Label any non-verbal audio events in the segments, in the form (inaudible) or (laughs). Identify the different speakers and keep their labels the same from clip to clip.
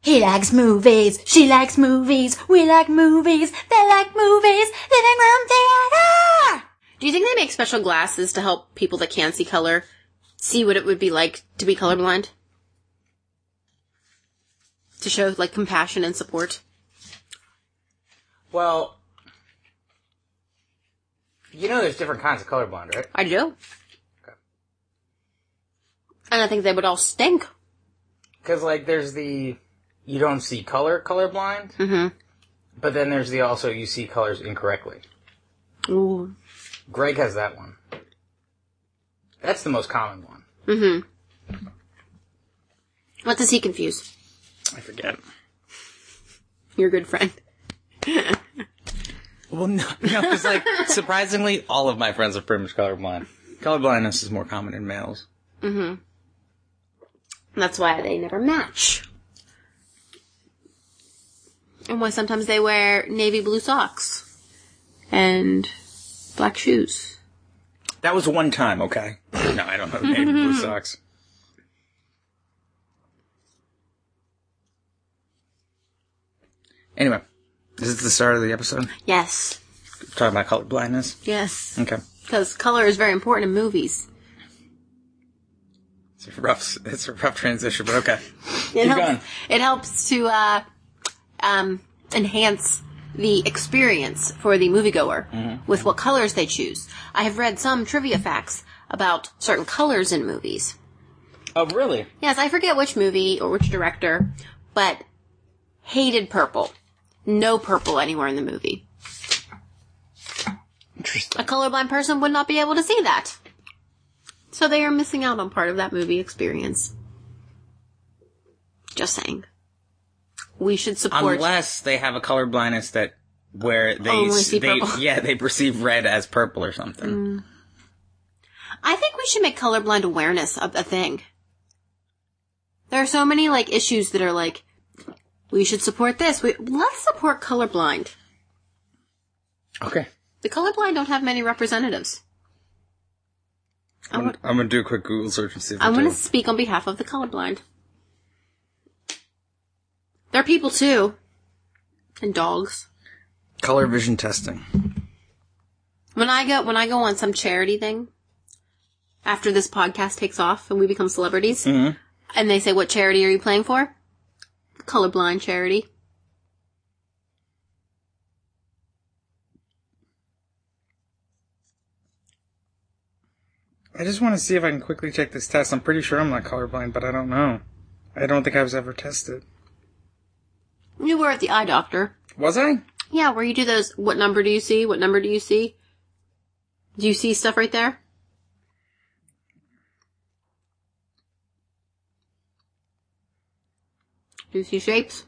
Speaker 1: He likes movies. She likes movies. We like movies. They like movies. Living room theater.
Speaker 2: Do you think they make special glasses to help people that can't see color see what it would be like to be colorblind? To show like compassion and support.
Speaker 3: Well, you know, there's different kinds of colorblind, right?
Speaker 2: I do. And I think they would all stink.
Speaker 3: Because like, there's the you don't see color colorblind,
Speaker 2: Mhm.
Speaker 3: but then there's the also you see colors incorrectly.
Speaker 2: Ooh.
Speaker 3: Greg has that one. That's the most common one.
Speaker 2: What does he confuse?
Speaker 3: I forget.
Speaker 2: Your good friend.
Speaker 3: Well, no, (laughs) no, because like surprisingly, all of my friends are pretty much colorblind. Colorblindness is more common in males.
Speaker 2: And that's why they never match. And why sometimes they wear navy blue socks and black shoes.
Speaker 3: That was one time, okay? (clears throat) No, I don't know. Maybe blue
Speaker 2: Mm-hmm.
Speaker 3: socks. Anyway, this is the start of the episode.
Speaker 2: Yes.
Speaker 3: Talking about color blindness.
Speaker 2: Yes.
Speaker 3: Okay,
Speaker 2: Because color is very important in movies.
Speaker 3: it's a rough, it's a rough transition, but okay.
Speaker 2: It
Speaker 3: Keep
Speaker 2: helps,
Speaker 3: going.
Speaker 2: It helps to uh, um, enhance the experience for the moviegoer
Speaker 3: Mm-hmm.
Speaker 2: with what colors they choose. I have read some trivia facts about certain colors in movies.
Speaker 3: Oh, really?
Speaker 2: Yes, I forget which movie or which director, but hated purple. No purple anywhere in the movie.
Speaker 3: Interesting.
Speaker 2: A colorblind person would not be able to see that. So they are missing out on part of that movie experience. Just saying. We should support.
Speaker 3: Unless they have a color blindness that where they,
Speaker 2: Only see
Speaker 3: they
Speaker 2: Oh, purple.
Speaker 3: (laughs)
Speaker 2: Mm.
Speaker 3: yeah, they perceive red as purple or something.
Speaker 2: I think we should make colorblind awareness a, a thing. There are so many like issues that are like, we should support this. We let's support colorblind.
Speaker 3: Okay.
Speaker 2: The colorblind don't have many representatives. I
Speaker 3: I'm,
Speaker 2: want,
Speaker 3: I'm gonna do a quick Google search and see if
Speaker 2: I
Speaker 3: I
Speaker 2: want
Speaker 3: do.
Speaker 2: to speak on behalf of the colorblind. They're people too, and dogs.
Speaker 3: color vision testing.
Speaker 2: When I go when I go on some charity thing, after this podcast takes off and we become celebrities,
Speaker 3: Mhm.
Speaker 2: and they say, "What charity are you playing for?" Colorblind charity.
Speaker 3: I just want to see if I can quickly check this test. I'm pretty sure I'm not colorblind, but I don't know. I don't think I was ever tested.
Speaker 2: You were at the eye doctor.
Speaker 3: Was I?
Speaker 2: Yeah, where you do those. What number do you see? What number do you see? Do you see stuff right there? Do you see shapes?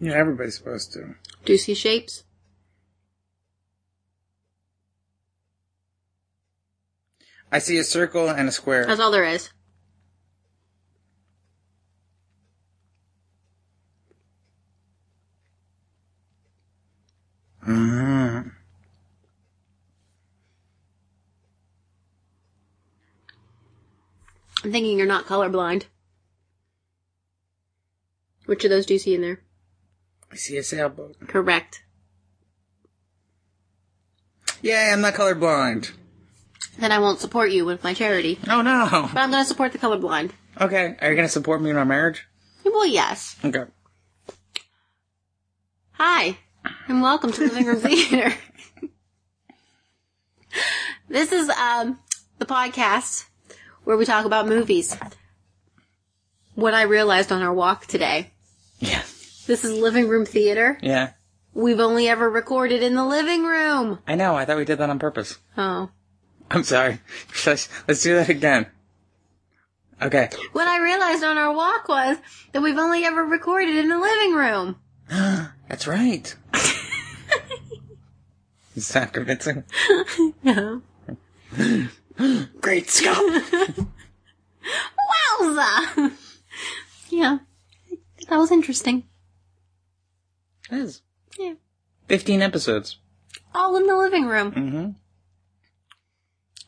Speaker 3: Yeah, everybody's supposed to.
Speaker 2: Do you see shapes?
Speaker 3: I see a circle and a square.
Speaker 2: That's all there is. Mm-hmm.
Speaker 3: Mhm.
Speaker 2: I'm thinking you're not colorblind. Which of those do you see in there?
Speaker 3: I see a sailboat.
Speaker 2: Correct.
Speaker 3: Yay, I'm not colorblind.
Speaker 2: Then I won't support you with my charity.
Speaker 3: Oh (laughs) no.
Speaker 2: But I'm gonna support the colorblind.
Speaker 3: Okay, are you gonna support me in my marriage?
Speaker 2: Well, yes.
Speaker 3: Okay.
Speaker 2: Hi, and welcome to Living Room Theater. this is um, the podcast where we talk about movies. What I realized on our walk today
Speaker 3: Yeah.
Speaker 2: this is Living Room Theater.
Speaker 3: Yeah.
Speaker 2: We've only ever recorded in the living room.
Speaker 3: I know, I thought we did that on purpose.
Speaker 2: Oh.
Speaker 3: I'm sorry. (laughs) Let's let's do that again. Okay.
Speaker 2: What I realized on our walk was that we've only ever recorded in the living room.
Speaker 3: That's (laughs) right. Is that convincing?
Speaker 2: No.
Speaker 3: Uh-huh. (laughs) Great Scott!
Speaker 2: (laughs) Wowza! (laughs) yeah. That was interesting.
Speaker 3: It is.
Speaker 2: Yeah.
Speaker 3: 15 episodes.
Speaker 2: All in the living room.
Speaker 3: Mm-hmm.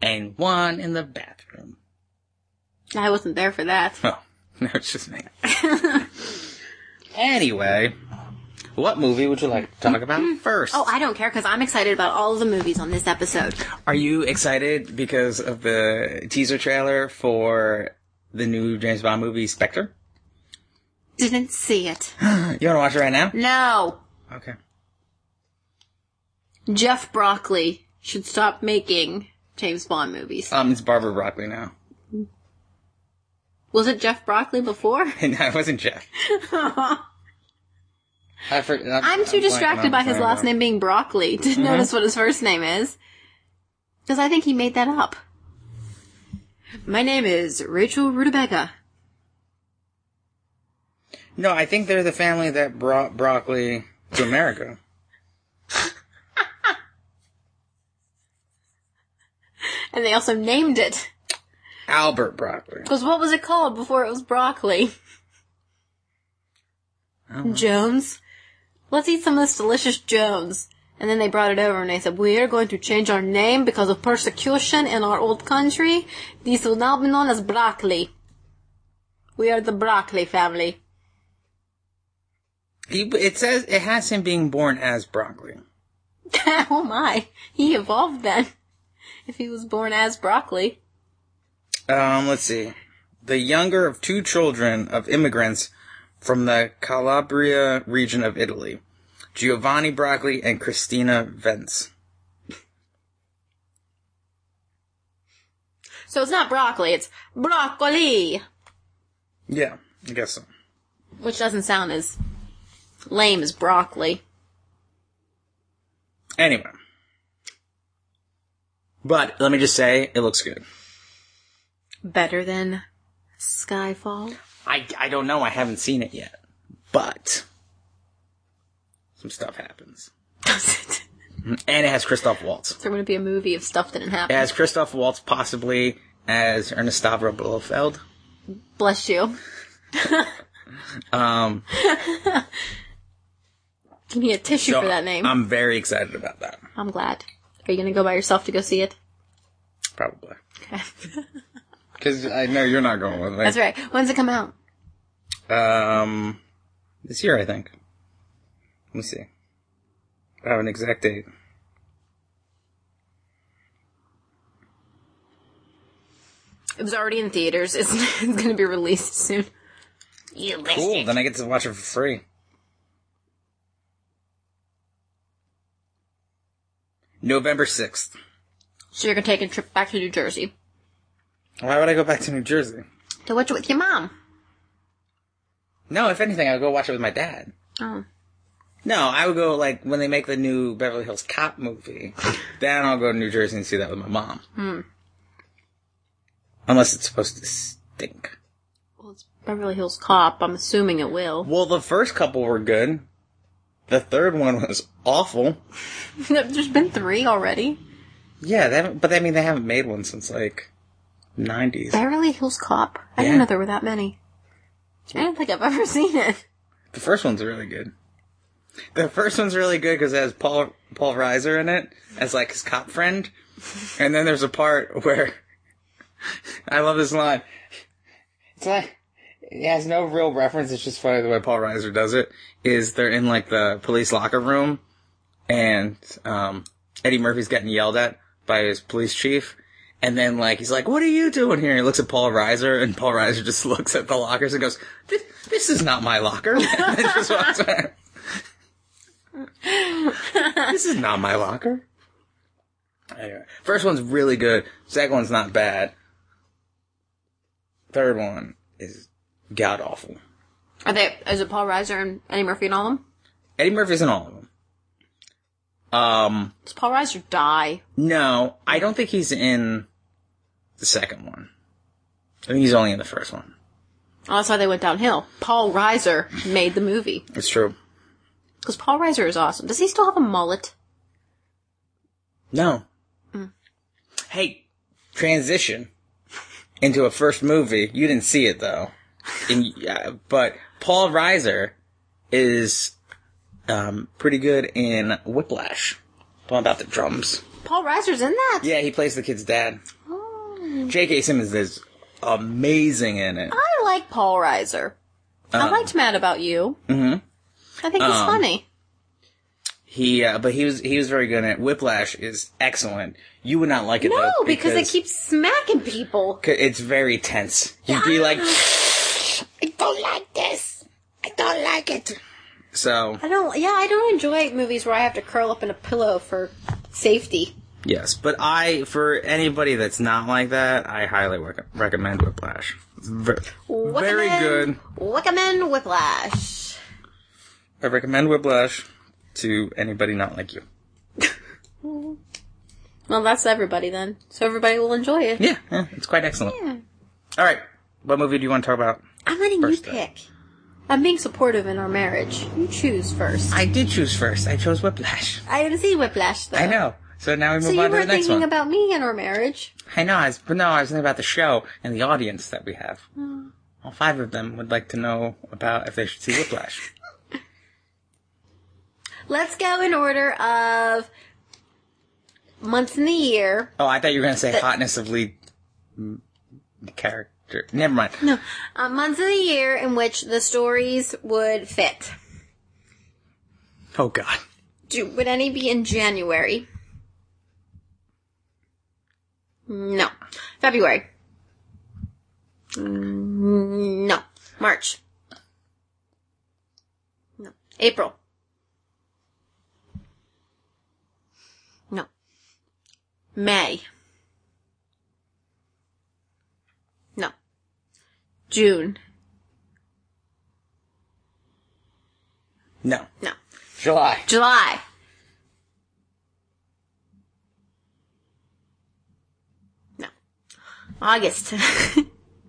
Speaker 3: and one in the bathroom.
Speaker 2: I wasn't there for that.
Speaker 3: Oh, (laughs) no, it's
Speaker 2: (laughs)
Speaker 3: just me. anyway, what movie would you like to talk about first?
Speaker 2: Oh, I don't care because I'm excited about all of the movies on this episode.
Speaker 3: Are you excited because of the teaser trailer for the new James Bond movie, Spectre?
Speaker 2: Didn't see it.
Speaker 3: You want to watch it right now?
Speaker 2: No.
Speaker 3: Okay.
Speaker 2: Jeff Broccoli should stop making James Bond movies.
Speaker 3: Um, it's Barbara Broccoli now. (laughs)
Speaker 2: Was it Jeff Broccoli before? (laughs)
Speaker 3: And I wasn't Jeff. I for, uh, I'm,
Speaker 2: I'm too
Speaker 3: blanking
Speaker 2: distracted
Speaker 3: on
Speaker 2: by
Speaker 3: the
Speaker 2: his
Speaker 3: title.
Speaker 2: last name being Broccoli to notice what his first name is. Because I think he made that up. My name is Rachel Rutabaga.
Speaker 3: No, I think they're the family that brought broccoli to America.
Speaker 2: And they also named it.
Speaker 3: Albert Broccoli.
Speaker 2: Because what was it called before it was broccoli? Jones. Let's eat some of this delicious Jones. And then they brought it over and they said, We are going to change our name because of persecution in our old country. These will now be known as broccoli. We are the broccoli family.
Speaker 3: He, it says it has him being born as broccoli.
Speaker 2: (laughs) oh my. He evolved then. If he was born as broccoli.
Speaker 3: Um, let's see. The younger of two children of immigrants from the Calabria region of Italy, Giovanni Broccoli and Christina Vence.
Speaker 2: So it's not broccoli, it's broccoli.
Speaker 3: Yeah, I guess so.
Speaker 2: Which doesn't sound as lame as broccoli.
Speaker 3: Anyway. But let me just say, it looks good.
Speaker 2: better than Skyfall.
Speaker 3: I, I don't know. I haven't seen it yet. But some stuff happens.
Speaker 2: Does it?
Speaker 3: And it has Christoph Waltz.
Speaker 2: Is there going to be a movie of stuff that didn't
Speaker 3: It
Speaker 2: happen?
Speaker 3: has Christoph Waltz possibly as Ernest Stavro Blofeld.
Speaker 2: Bless you. (laughs)
Speaker 3: Um,
Speaker 2: You need a tissue
Speaker 3: so um,
Speaker 2: for that name. I'm,
Speaker 3: I'm very excited about that.
Speaker 2: glad. Are you going to go by yourself to go see it?
Speaker 3: Probably.
Speaker 2: Okay.
Speaker 3: Because I know you're not going with
Speaker 2: (laughs)
Speaker 3: me.
Speaker 2: That's right. When's it come out?
Speaker 3: Um, this year, I think. Let me see. I have an exact date.
Speaker 2: It was already in theaters. It's, (laughs) it's going to be released soon. You missed
Speaker 3: Cool.
Speaker 2: it.
Speaker 3: Then I get to watch it for free. November 6th.
Speaker 2: So you're going to take a trip back to New Jersey
Speaker 3: Why would I go back to New Jersey?
Speaker 2: to watch it with your mom.
Speaker 3: No, if anything, I would go watch it with my dad.
Speaker 2: Oh.
Speaker 3: No, I would go like when they make the new Beverly Hills Cop movie. then I'll go to New Jersey and see that with my mom. Hmm. Unless it's supposed to stink.
Speaker 2: Well, it's Beverly Hills Cop. I'm assuming it will. (laughs)
Speaker 3: Well, the first couple were good. The third one was awful.
Speaker 2: There's been three already.
Speaker 3: Yeah, they haven't, but I mean they haven't made one since like nineties.
Speaker 2: Beverly Hills Cop. I
Speaker 3: Yeah.
Speaker 2: didn't know there were that many. I don't think I've ever (laughs) seen it.
Speaker 3: The first one's really good. The first one's really good because it has Paul Paul Reiser in it as like his cop friend, and then there's a part where (laughs) I love this line. It's like it has no real reference. It's just funny the way Paul Reiser does it. Is they're in like the police locker room, and um, Eddie Murphy's getting yelled at by his police chief. And then, like, he's like, what are you doing here? And he looks at Paul Reiser, and Paul Reiser just (laughs) looks at the lockers and goes, this, this is not my locker. (laughs) And just walks away. this is not my locker. Anyway, first one's really good. Second one's not bad. Third one is god awful.
Speaker 2: Are they? Is it Paul Reiser and Eddie Murphy and all of them?
Speaker 3: Eddie Murphy's in all of them. Um,
Speaker 2: Does Paul Reiser die?
Speaker 3: No, I don't think he's in the second one. I think he's only in the first one.
Speaker 2: Oh, that's why they went downhill. Paul Reiser made the movie
Speaker 3: It's true.
Speaker 2: because Paul Reiser is awesome. Does he still have a mullet?
Speaker 3: No.
Speaker 2: Mm.
Speaker 3: Hey, transition into a first movie. You didn't see it though, and, uh, but Paul Reiser is um, pretty good in Whiplash. The one about the drums.
Speaker 2: Paul Reiser's in that.
Speaker 3: Yeah, he plays the kid's dad.
Speaker 2: Oh.
Speaker 3: J.K. Simmons is amazing in it.
Speaker 2: I like Paul Reiser. I liked Mad About You. Mm-hmm. I think he's funny.
Speaker 3: He, uh, but he was he was very good in it. Whiplash is excellent. You would not like it
Speaker 2: No,
Speaker 3: though
Speaker 2: because they keep smacking people.
Speaker 3: 'cause it's very tense. You'd be like,
Speaker 2: I don't like this.
Speaker 3: I don't like it. So
Speaker 2: I don't. Yeah, I don't enjoy movies where I have to curl up in a pillow for safety.
Speaker 3: yes, but I for anybody that's not like that, I highly rec- recommend Whiplash. It's ver- very good.
Speaker 2: Recommend- Recommend Whiplash.
Speaker 3: I recommend Whiplash to anybody not like you.
Speaker 2: Well, that's everybody then. So everybody will enjoy it.
Speaker 3: Yeah, yeah, it's quite excellent. All right, what movie do you want to talk about?
Speaker 2: I'm letting you
Speaker 3: First
Speaker 2: pick.
Speaker 3: then.
Speaker 2: I'm being supportive in our marriage. You choose first. I,
Speaker 3: I did choose first. I chose Whiplash.
Speaker 2: didn't see Whiplash though.
Speaker 3: I know. So now we move
Speaker 2: So you
Speaker 3: on to
Speaker 2: were
Speaker 3: the next
Speaker 2: thinking
Speaker 3: one.
Speaker 2: about me and our marriage.
Speaker 3: I know. I was, but no, I was thinking about the show and the audience that we have. All five of them would like to know about if they should see Whiplash.
Speaker 2: Let's go in order of months in the year.
Speaker 3: oh, I thought you were going to say hotness of lead mm, character. Never mind.
Speaker 2: No, uh, months of the year in which the stories would fit.
Speaker 3: Oh God.
Speaker 2: Do, would any be in January? No. February? Mm, No. March? No. April? No. May? No. June?
Speaker 3: No.
Speaker 2: No.
Speaker 3: July.
Speaker 2: July. No. August.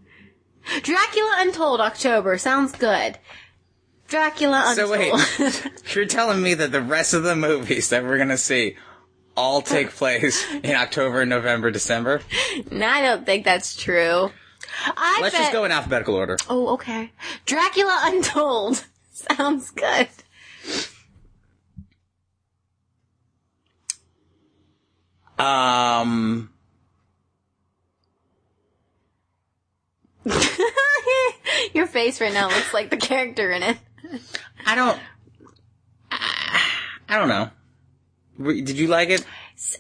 Speaker 2: (laughs) Dracula Untold October. Sounds good. Dracula
Speaker 3: So
Speaker 2: Untold. (laughs)
Speaker 3: You're telling me that the rest of the movies that we're going to see all take place in October, November, December.
Speaker 2: no, I don't think that's true. I
Speaker 3: Let's
Speaker 2: bet-
Speaker 3: just go in alphabetical order.
Speaker 2: Oh, okay. Dracula Untold. (laughs) Sounds good. (laughs)
Speaker 3: Um,
Speaker 2: Your face right now looks like the character in it.
Speaker 3: I don't. I don't know. Re- Did you like it?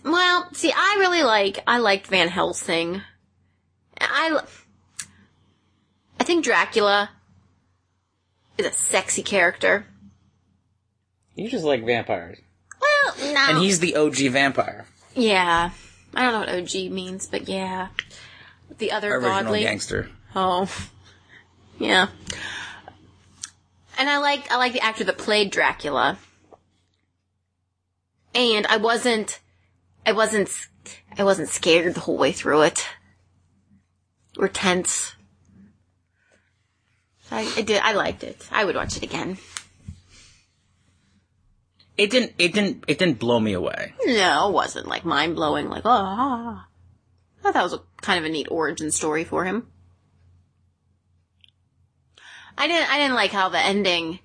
Speaker 2: Well, see, I really like I liked Van Helsing. I I think Dracula is a sexy character.
Speaker 3: You just like vampires.
Speaker 2: Well, no.
Speaker 3: And he's the OG vampire.
Speaker 2: yeah. I don't know what OG means, but yeah. The other
Speaker 3: Original
Speaker 2: godly.
Speaker 3: gangster.
Speaker 2: Oh. (laughs) Yeah. And I like I like the actor that played Dracula. And I wasn't I wasn't s- I wasn't scared the whole way through it. Or tense. I, I did I liked it. I would watch it again.
Speaker 3: It didn't it didn't it didn't blow me away.
Speaker 2: No, it wasn't like mind blowing like ah. I thought that was a, kind of a neat origin story for him. I didn't. I didn't like how the ending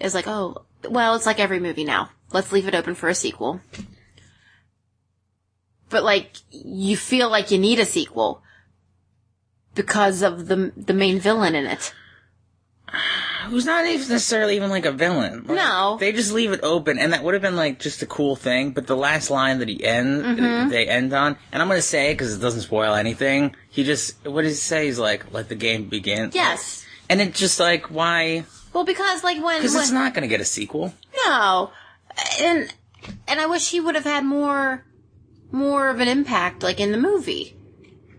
Speaker 2: is like. Oh, well, it's like every movie now. Let's leave it open for a sequel. But like, you feel like you need a sequel because of the the main villain in it.
Speaker 3: Who's not even necessarily even like a villain. Like,
Speaker 2: No.
Speaker 3: They just leave it open and that would have been like just a cool thing, but the last line that he end
Speaker 2: Mm-hmm.
Speaker 3: they end on, and I'm going to say it cuz it doesn't spoil anything. He just what does he say? He's like let the game begin.
Speaker 2: Yes.
Speaker 3: And it's just like why
Speaker 2: Well, because like when
Speaker 3: cuz
Speaker 2: when,
Speaker 3: it's not going to get a sequel.
Speaker 2: No, and and I wish he would have had more more of an impact, like in the movie,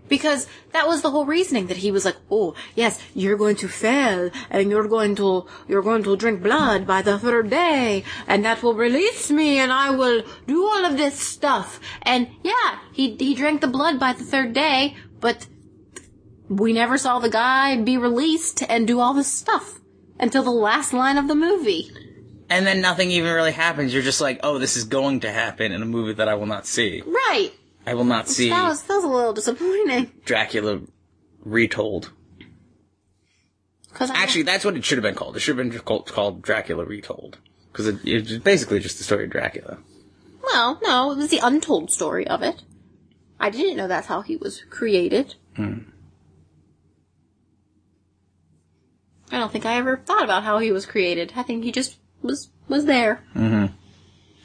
Speaker 2: because that was the whole reasoning that he was like, "Oh, yes, you're going to fail, and you're going to you're going to drink blood by the third day, and that will release me, and I will do all of this stuff." And yeah, he he drank the blood by the third day, but we never saw the guy be released and do all this stuff until the last line of the movie.
Speaker 3: And then nothing even really happens. You're just like, "Oh, this is going to happen in a movie that I will not see.
Speaker 2: Right.
Speaker 3: I will not see
Speaker 2: That was that was a little disappointing.
Speaker 3: Dracula retold."
Speaker 2: Cause I,
Speaker 3: Actually, that's what it should have been called. It should have been called, called Dracula Retold. Because it, it's basically just the story of Dracula.
Speaker 2: well, no, it was the untold story of it. I didn't know that's how he was created. I don't think I ever thought about how he was created. I think he just was was there.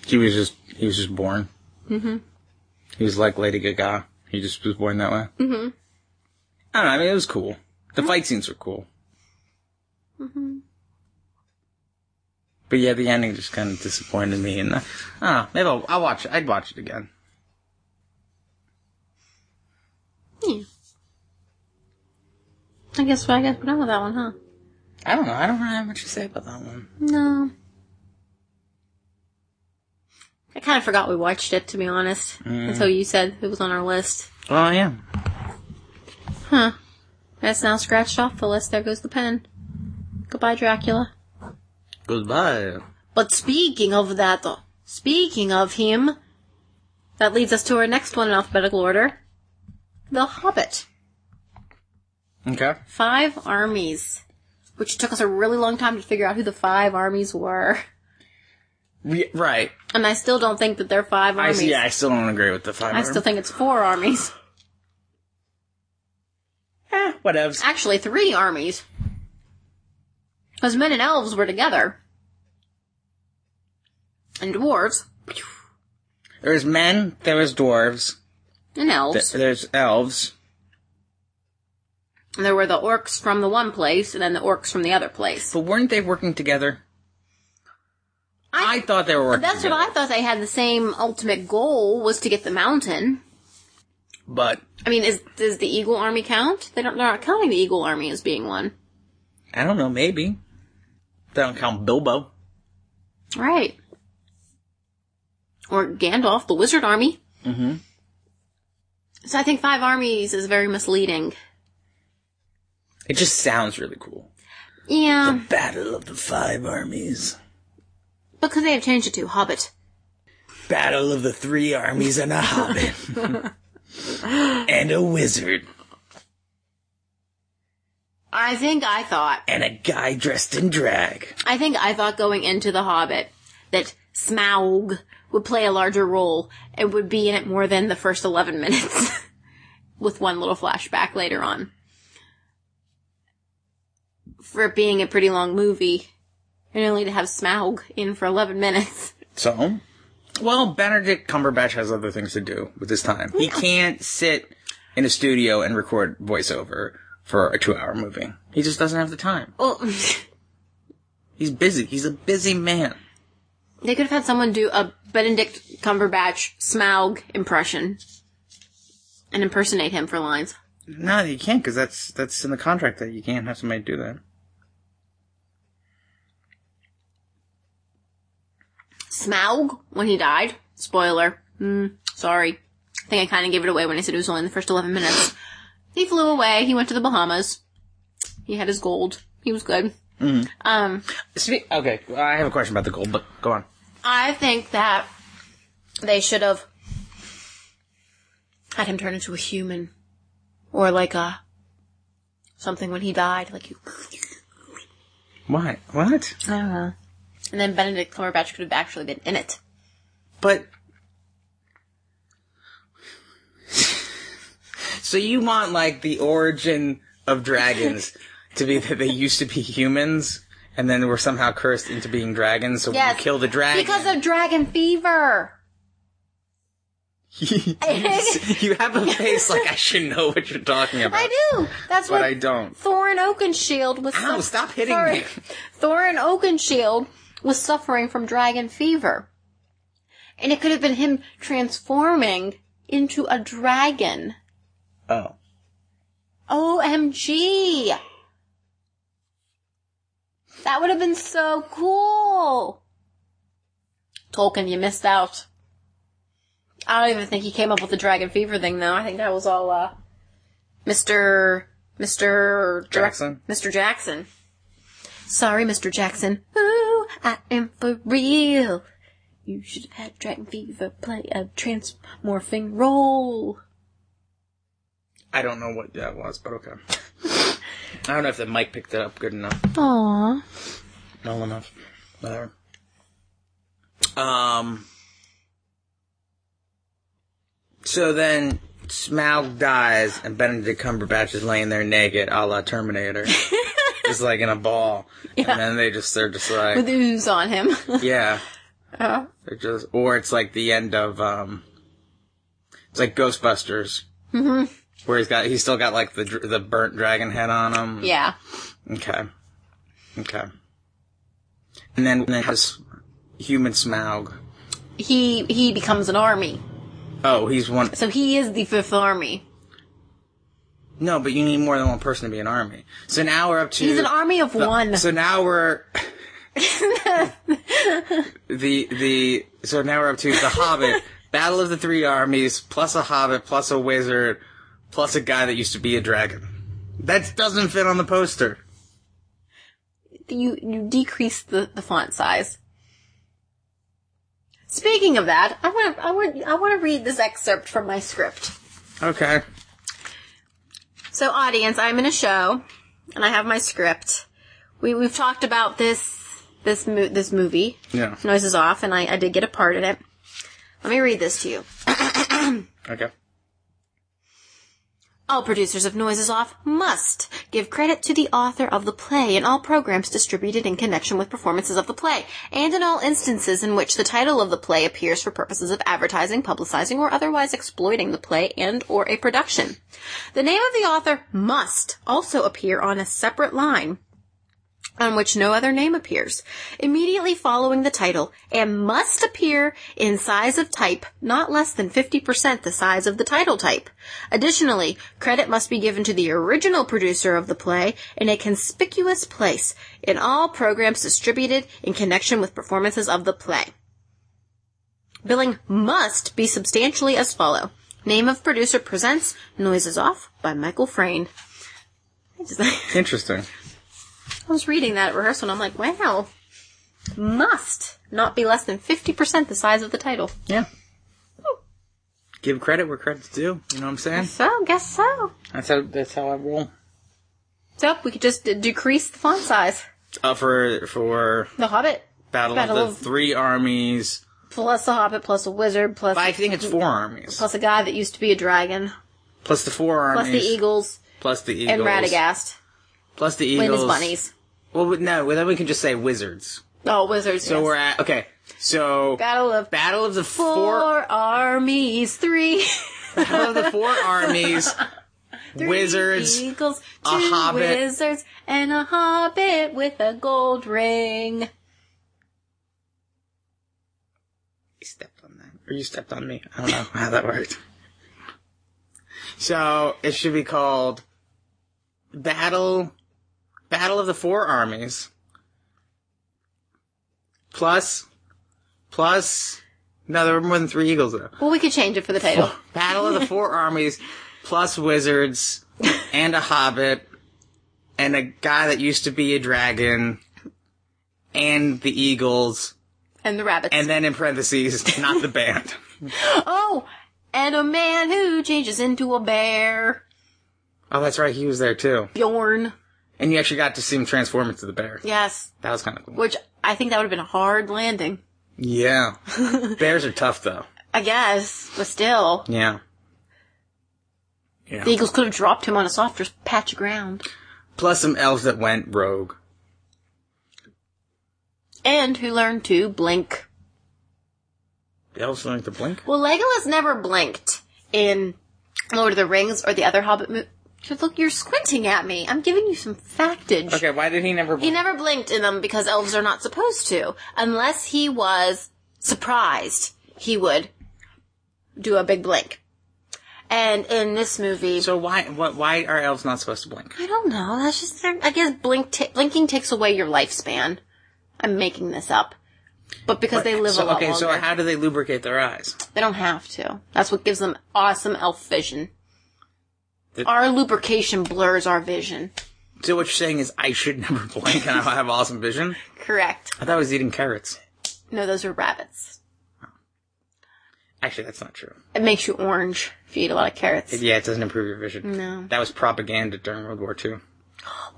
Speaker 3: He was just he was just born. Mm-hmm. He was like Lady Gaga. He just was born that way. Mm-hmm. I don't know. I mean, it was cool. The fight scenes were cool. Mm-hmm. But yeah, the ending just kind of disappointed me, and uh, I don't know. Maybe I'll, I'll watch it. I'd watch it again.
Speaker 2: Yeah. I guess I guess we're done with that one, huh?
Speaker 3: I don't know. I don't really have much to say about that one.
Speaker 2: No. I kind of forgot we watched it, to be honest. Until you said it was on our list.
Speaker 3: Oh yeah.
Speaker 2: Huh. That's now scratched off the list. There goes the pen. Goodbye, Dracula.
Speaker 3: Goodbye.
Speaker 2: But speaking of that, though, speaking of him, that leads us to our next one in alphabetical order The Hobbit.
Speaker 3: Okay.
Speaker 2: Five armies. Which took us a really long time to figure out who the five armies were. (laughs)
Speaker 3: We, right.
Speaker 2: And I still don't think that they're five
Speaker 3: I
Speaker 2: armies.
Speaker 3: see. Yeah, I still don't agree with the five.
Speaker 2: I still think it's four armies. (laughs)
Speaker 3: Eh, whatevs.
Speaker 2: Actually, three armies. Because men and elves were together. And dwarves.
Speaker 3: There was men. There was dwarves.
Speaker 2: And
Speaker 3: th-
Speaker 2: elves.
Speaker 3: there's elves.
Speaker 2: And there were the orcs from the one place, and then the orcs from the other place.
Speaker 3: But weren't they working together? I,
Speaker 2: I-
Speaker 3: thought they were working.
Speaker 2: That's what
Speaker 3: together,
Speaker 2: I thought they had the same ultimate goal was to get the mountain.
Speaker 3: But
Speaker 2: I mean, is does the eagle army count? They don't. They're not counting the eagle army as being one,
Speaker 3: I don't know. Maybe they don't count Bilbo.
Speaker 2: right? Or Gandalf, the wizard army. Mm-hmm. So I think five armies is very misleading.
Speaker 3: It just sounds really cool.
Speaker 2: Yeah,
Speaker 3: Battle of the Five Armies.
Speaker 2: because they have changed it to Hobbit.
Speaker 3: Battle of the Three Armies and a Hobbit.
Speaker 2: (laughs)
Speaker 3: and a wizard.
Speaker 2: I think I thought
Speaker 3: And a guy dressed in drag.
Speaker 2: I think I thought going into The Hobbit that Smaug would play a larger role and would be in it more than the first 11 (laughs) minutes with one little flashback later on. For it being a pretty long movie and only to have Smaug in for 11 minutes.
Speaker 3: So? Well, Benedict Cumberbatch has other things to do with his time. He can't sit in a studio and record voiceover for a two hour movie. He just doesn't have the time.
Speaker 2: (laughs) Well, (laughs)
Speaker 3: He's busy. He's a busy man.
Speaker 2: they could have had someone do a Benedict Cumberbatch Smaug impression and impersonate him for lines.
Speaker 3: No, you can't because that's that's in the contract that you can't have somebody do that.
Speaker 2: Smaug when he died. Spoiler. Mm, sorry. I think I kind of gave it away when I said it was only in the first 11 minutes. he flew away. He went to the Bahamas. He had his gold. He was good. Um,
Speaker 3: Spe- okay, well, I have a question about the gold, but go on.
Speaker 2: I think that they should have had him turn into a human or like a something when he died. Like you.
Speaker 3: Why? What?
Speaker 2: I don't know. And then Benedict Cumberbatch could have actually been in it.
Speaker 3: But. so you want, like, the origin of dragons to be that they used to be humans and then were somehow cursed into being dragons, so when
Speaker 2: Yes.
Speaker 3: you kill the dragon.
Speaker 2: Because of dragon fever.
Speaker 3: (laughs) you have a face like I should know what you're talking about.
Speaker 2: (laughs) I do. That's
Speaker 3: But
Speaker 2: what
Speaker 3: I don't.
Speaker 2: Thorin Oakenshield was.
Speaker 3: Ow, stop hitting
Speaker 2: sorry.
Speaker 3: me.
Speaker 2: Thorin Oakenshield was suffering from dragon fever, and it could have been him transforming into a dragon.
Speaker 3: Oh.
Speaker 2: Omg, that would have been so cool. Tolkien, you missed out. I don't even think he came up with the dragon fever thing, though. I think that was all, uh, Mr. Mr. Direc-
Speaker 3: Jackson?
Speaker 2: Mr. Jackson. Sorry, Mr. Jackson. Ooh, I am for real. You should have had dragon fever play a transmorphing role.
Speaker 3: I don't know what that was, but okay. I don't know if the mic picked it up good enough.
Speaker 2: Aww.
Speaker 3: Well enough. Whatever. Um. So then Smaug dies, and Benedict Cumberbatch is laying there naked, a la Terminator, just like in a ball. And then they just they're just like,
Speaker 2: with ooze on him. (laughs)
Speaker 3: yeah,
Speaker 2: Uh-huh.
Speaker 3: they're just or it's like the end of um, it's like Ghostbusters, mm-hmm. where he's got he's still got like the dr- the burnt dragon head on him.
Speaker 2: yeah.
Speaker 3: Okay. Okay. And then and then has human Smaug.
Speaker 2: He he becomes an army.
Speaker 3: Oh, he's one.
Speaker 2: So he is the fifth army.
Speaker 3: No, but you need more than one person to be an army. So now we're up to.
Speaker 2: He's an army of one.
Speaker 3: So now (laughs) we're. the the so now we're up to the Hobbit battle of the three armies plus a Hobbit plus a wizard plus a guy that used to be a dragon. That doesn't fit on the poster.
Speaker 2: you you decrease the, the font size. Speaking of that, I want to I want I want to read this excerpt from my script.
Speaker 3: Okay.
Speaker 2: So, audience, I'm in a show, and I have my script. We we've talked about this this mo- this movie.
Speaker 3: Yeah.
Speaker 2: Noise is off, and I, I did get a part in it. Let me read this to you.
Speaker 3: Okay.
Speaker 2: All producers of Noises Off must give credit to the author of the play in all programs distributed in connection with performances of the play, and in all instances in which the title of the play appears for purposes of advertising, publicizing, or otherwise exploiting the play and or a production. The name of the author must also appear on a separate line on which no other name appears, immediately following the title, and must appear in size of type not less than 50% the size of the title type. Additionally, credit must be given to the original producer of the play in a conspicuous place in all programs distributed in connection with performances of the play. Billing must be substantially as follow. Name of producer presents Noises Off by Michael Frayn. I just- (laughs)
Speaker 3: Interesting.
Speaker 2: I was reading that at rehearsal and I'm like, wow. Must not be less than 50% the size of the title.
Speaker 3: Yeah. Give credit where credit's due. You know what I'm saying?
Speaker 2: So, guess so.
Speaker 3: That's how that's how I roll.
Speaker 2: So, we could just d- decrease the font size.
Speaker 3: Uh, for for
Speaker 2: The Hobbit
Speaker 3: battle,
Speaker 2: Battle
Speaker 3: of the
Speaker 2: of-
Speaker 3: three armies.
Speaker 2: plus a Hobbit plus a wizard plus,
Speaker 3: I think it's four armies.
Speaker 2: plus a guy that used to be a dragon
Speaker 3: Plus the four
Speaker 2: plus
Speaker 3: armies.
Speaker 2: the eagles,
Speaker 3: Plus the eagles.
Speaker 2: and Radagast
Speaker 3: Plus the
Speaker 2: and
Speaker 3: eagles.
Speaker 2: his bunnies.
Speaker 3: Well, we- no, well, then we can just say wizards.
Speaker 2: Oh, wizards.
Speaker 3: So
Speaker 2: yes.
Speaker 3: we're at okay. So
Speaker 2: Battle of
Speaker 3: battle of the four,
Speaker 2: four, armies, three
Speaker 3: battle of the
Speaker 2: (laughs)
Speaker 3: four armies, wizards,
Speaker 2: three eagles, two
Speaker 3: hobbit.
Speaker 2: wizards, and a hobbit with a gold ring.
Speaker 3: You stepped on that. Or you stepped on me. I don't know how that worked. So it should be called Battle Battle of the Four Armies. Plus plus no, there were more than three eagles though.
Speaker 2: Well, we could change it for the
Speaker 3: (laughs)
Speaker 2: title.
Speaker 3: Battle of the Four Armies plus wizards and a hobbit and a guy that used to be a dragon and the eagles
Speaker 2: and the rabbits.
Speaker 3: and then in parentheses not the (laughs) band.
Speaker 2: oh, and a man who changes into a bear.
Speaker 3: Oh, that's right. He was there too.
Speaker 2: Bjorn.
Speaker 3: And you actually got to see him transform into the bear.
Speaker 2: Yes.
Speaker 3: That was kind of cool.
Speaker 2: Which I think that would have been a hard landing.
Speaker 3: (laughs) Yeah. Bears are tough though.
Speaker 2: I guess, but still.
Speaker 3: Yeah. Yeah.
Speaker 2: The Eagles could have dropped him on a softer patch of ground.
Speaker 3: Plus some elves that went rogue.
Speaker 2: And who learned to blink.
Speaker 3: The elves learned to blink?
Speaker 2: Well, Legolas never blinked in Lord of the Rings or the other Hobbit movie. Look, you're squinting at me. I'm giving you some factage.
Speaker 3: Okay, why did he never
Speaker 2: He
Speaker 3: blink?
Speaker 2: never blinked in them because elves are not supposed to. Unless he was surprised, he would do a big blink. And in this movie,
Speaker 3: So why, what, why are elves not supposed to blink?
Speaker 2: I don't know. That's just I guess blink ta blinking takes away your lifespan. I'm making this up, but because they live a
Speaker 3: so,
Speaker 2: lot
Speaker 3: okay,
Speaker 2: longer,
Speaker 3: so how do they lubricate their eyes?
Speaker 2: they don't have to. That's what gives them awesome elf vision.
Speaker 3: The-
Speaker 2: Our lubrication blurs our vision.
Speaker 3: So what you're saying is I should never (laughs) blink and I'll have awesome vision?
Speaker 2: Correct.
Speaker 3: I thought I was eating carrots.
Speaker 2: No, those are rabbits.
Speaker 3: Actually, that's not true.
Speaker 2: It makes you orange if you eat a lot of carrots.
Speaker 3: Yeah, it doesn't improve your vision.
Speaker 2: No.
Speaker 3: That was propaganda during World War II.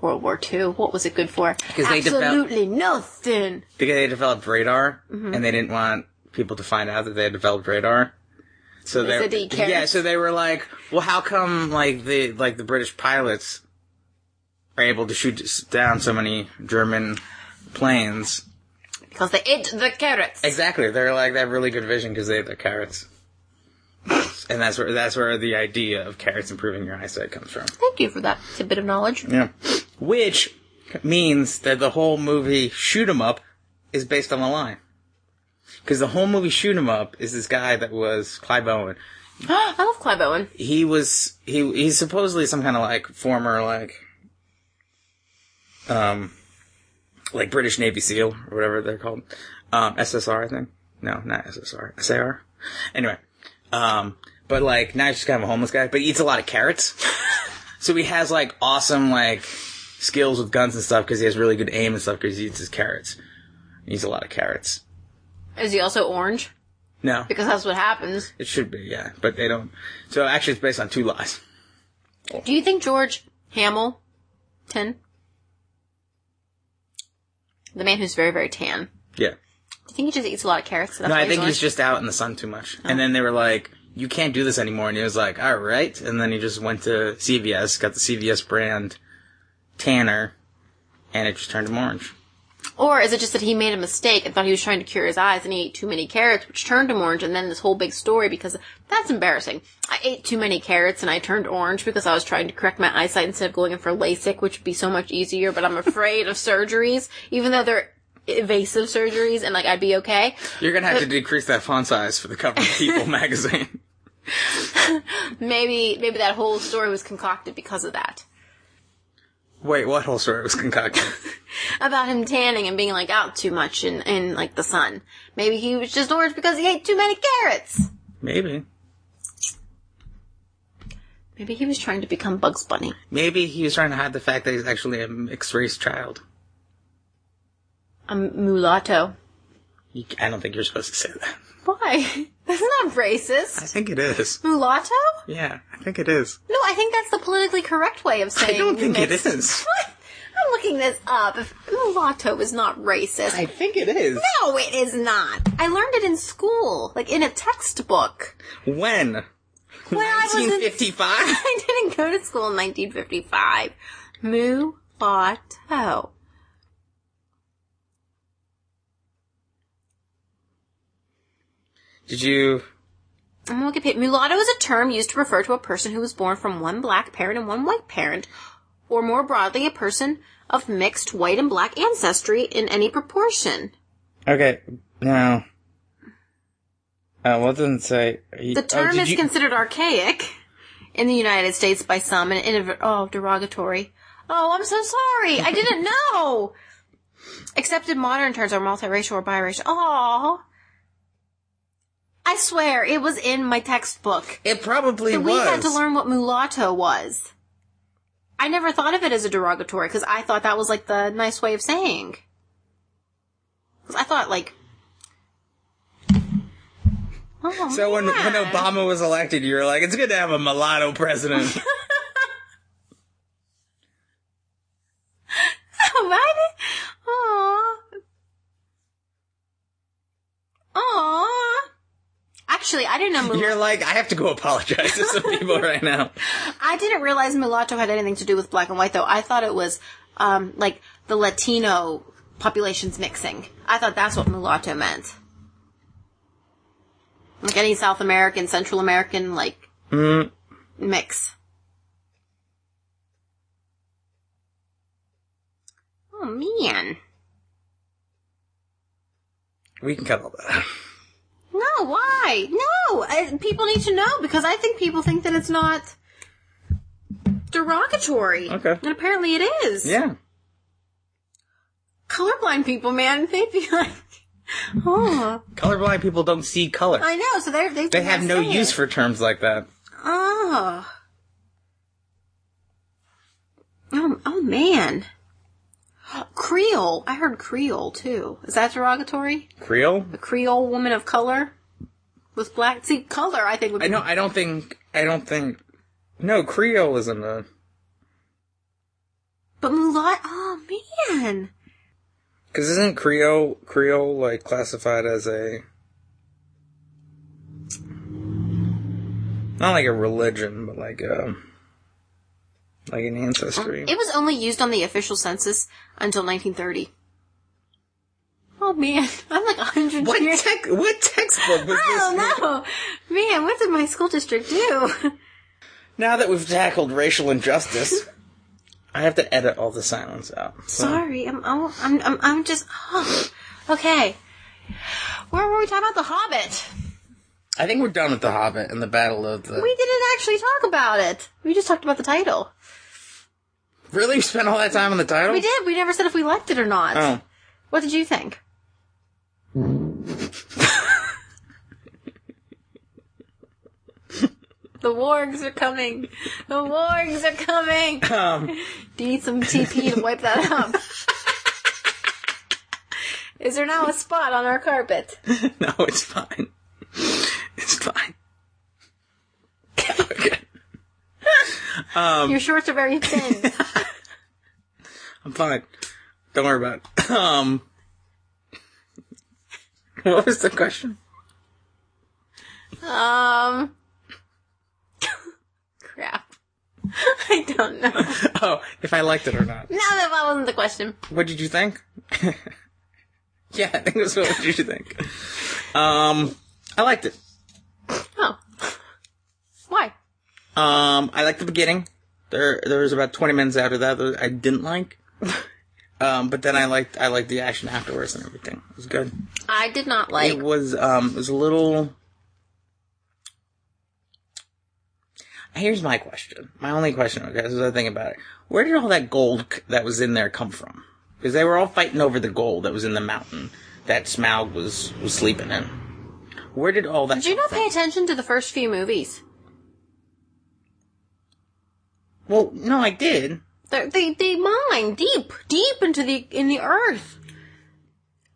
Speaker 2: World War II. What was it good for?
Speaker 3: they develop-
Speaker 2: Absolutely nothing. Mm-hmm.
Speaker 3: because they developed radar and they didn't want people to find out that they had developed radar. So they
Speaker 2: said to eat carrots.
Speaker 3: yeah, so they were like, well, how come like the like the British pilots are able to shoot s- down so many German planes?
Speaker 2: because they ate the carrots.
Speaker 3: Exactly, they're like they have really good vision because they have their carrots. And that's where that's where the idea of carrots improving your eyesight comes from.
Speaker 2: Thank you for that tidbit of knowledge. (gasps)
Speaker 3: Yeah, which means that the whole movie shoot 'em up is based on a lie, because the whole movie shoot 'em up is this guy that was Clive Owen.
Speaker 2: I love Clive Owen.
Speaker 3: he was he he's supposedly some kind of like former like um like British Navy SEAL or whatever they're called. Um SSR I think. No, not SSR. SAR. Anyway. Um but like now he's just kind of a homeless guy, but he eats a lot of carrots. (laughs) so he has like awesome like skills with guns and stuff because he has really good aim and stuff because he eats his carrots. He eats a lot of carrots.
Speaker 2: Is he also orange?
Speaker 3: No.
Speaker 2: Because that's what happens.
Speaker 3: It should be, yeah. But they don't so actually it's based on two lies.
Speaker 2: Do you think George Hamilton, the man who's very, very tan,
Speaker 3: Yeah.
Speaker 2: do you think he just eats a lot of carrots? so That's
Speaker 3: No,
Speaker 2: why
Speaker 3: I think
Speaker 2: orange?
Speaker 3: he's just out in the sun too much.
Speaker 2: Oh.
Speaker 3: And then they were like, "You can't do this anymore." And he was like, "All right." And then he just went to CVS, got the CVS brand tanner, and it just turned him orange.
Speaker 2: Or is it just that he made a mistake and thought he was trying to cure his eyes and he ate too many carrots, which turned him orange, and then this whole big story because that's embarrassing. I ate too many carrots and I turned orange because I was trying to correct my eyesight instead of going in for LASIK, which would be so much easier, but I'm afraid of surgeries, even though they're invasive surgeries and like I'd be okay.
Speaker 3: You're gonna have to
Speaker 2: Uh,
Speaker 3: decrease that font size for the cover of
Speaker 2: (laughs)
Speaker 3: People magazine.
Speaker 2: Maybe, maybe that whole story was concocted because of that.
Speaker 3: Wait, what whole story was concocted?
Speaker 2: About him tanning and being like out too much in, in like the sun. Maybe he was just orange because he ate too many carrots.
Speaker 3: Maybe,
Speaker 2: Maybe he was trying to become Bugs Bunny.
Speaker 3: maybe he was trying to hide the fact that he's actually a mixed race child.
Speaker 2: a mulatto.
Speaker 3: You- I don't think you're supposed to say that.
Speaker 2: Why? (laughs) That's not racist.
Speaker 3: I think it is.
Speaker 2: Mulatto?
Speaker 3: Yeah, I think it is.
Speaker 2: No, I think that's the politically correct way of saying.
Speaker 3: I don't think it
Speaker 2: mixed-
Speaker 3: is.
Speaker 2: What? I'm looking this up. If mulatto is not racist.
Speaker 3: I think it is.
Speaker 2: no, it is not. I learned it in school, like in a textbook. (laughs)
Speaker 3: When?
Speaker 2: When I was in-
Speaker 3: 1955.
Speaker 2: I didn't go to school in 1955. Mulatto.
Speaker 3: Did you?
Speaker 2: I'm on Wikipedia. Mulatto is a term used to refer to a person who was born from one black parent and one white parent, or more broadly, a person of mixed white and black ancestry in any proportion.
Speaker 3: Okay, now. Uh, well, it doesn't say. Oh,
Speaker 2: The term is
Speaker 3: you,
Speaker 2: considered archaic in the United States by some and inav- oh derogatory. Oh, I'm so sorry. I didn't know. Accepted modern terms are multiracial or biracial. Oh, I swear it was in my textbook.
Speaker 3: It probably
Speaker 2: So
Speaker 3: was.
Speaker 2: we had to learn what mulatto was. I never thought of it as a derogatory because I thought that was like the nice way of saying. 'Cause I thought like. Oh,
Speaker 3: So when
Speaker 2: yeah.
Speaker 3: when
Speaker 2: (laughs)
Speaker 3: Obama was elected, you were like, "It's good to have a mulatto president."
Speaker 2: Why did- Aw. Aw. Actually, I didn't know mulatto.
Speaker 3: (laughs) You're like, "I have to go apologize to some people right now."
Speaker 2: I didn't realize mulatto had anything to do with black and white, though. I thought it was um, like the Latino populations mixing. I thought that's what mulatto meant. Like any South American, Central American, like
Speaker 3: Mm.
Speaker 2: mix. Oh man!
Speaker 3: We can cut all that. out.
Speaker 2: No, why? No, I, people need to know because I think people think that it's not derogatory.
Speaker 3: Okay.
Speaker 2: and apparently it is.
Speaker 3: Yeah.
Speaker 2: colorblind people, man, (laughs) they'd be like, oh,
Speaker 3: Colorblind people don't see color.
Speaker 2: I know. So they're, they
Speaker 3: they have no use for terms like that.
Speaker 2: Oh. oh, oh man, Creole. I heard Creole too. Is that derogatory?
Speaker 3: Creole?
Speaker 2: A Creole woman of color with black. See, color. I think would be
Speaker 3: I know. I don't think. I don't think. No, Creole isn't a.
Speaker 2: But mulat. Oh man.
Speaker 3: Because isn't Creole Creole like classified as a Not like a religion, but like a like an ancestry.
Speaker 2: It was only used on the official census until 1930. Oh man, (laughs) I'm like 100
Speaker 3: What
Speaker 2: years.
Speaker 3: tech? What textbook was
Speaker 2: I
Speaker 3: this?
Speaker 2: don't know. Oh, Man, what did my school district do?
Speaker 3: Now that we've tackled racial injustice, I have to edit all the silence out. So-
Speaker 2: Sorry, I'm all, I'm, I'm I'm just (sighs) oh, okay. Where were we talking about the Hobbit?
Speaker 3: I think we're done with the Hobbit and the Battle of the.
Speaker 2: We didn't actually talk about it. We just talked about the title.
Speaker 3: Really, you spent all that time on the title?
Speaker 2: We did. We never said if we liked it or not.
Speaker 3: Oh,
Speaker 2: What did you think? the wargs are coming. The wargs are coming.
Speaker 3: um,
Speaker 2: Do you need some TP to wipe that up? Is there now a spot on our carpet?
Speaker 3: (laughs) no, it's fine. It's fine. (laughs) okay,
Speaker 2: Your shorts are very thin.
Speaker 3: I'm fine. Don't worry about it. (coughs) Um, what was the question? (laughs)
Speaker 2: um. Crap. (laughs) I don't know. No,
Speaker 3: Oh, if I liked it or not.
Speaker 2: that wasn't the question.
Speaker 3: What did you think? (laughs) yeah, I think it was what did you think. Um, I liked it.
Speaker 2: Oh. Why?
Speaker 3: Um, I liked the beginning. There, there was about twenty minutes after that that I didn't like. (laughs) Um, but then I liked, I liked the action afterwards and everything. It was good.
Speaker 2: I did not like.
Speaker 3: It was, um, it was a little. Here's my question. My only question, okay, this is the thing about it. Where did all that gold c- that was in there come from? Because they were all fighting over the gold that was in the mountain that Smaug was was sleeping in. Where did all that?
Speaker 2: Did you not pay attention to the first few movies?
Speaker 3: Well, no, I did.
Speaker 2: They're, they they mine deep, deep into the in the earth.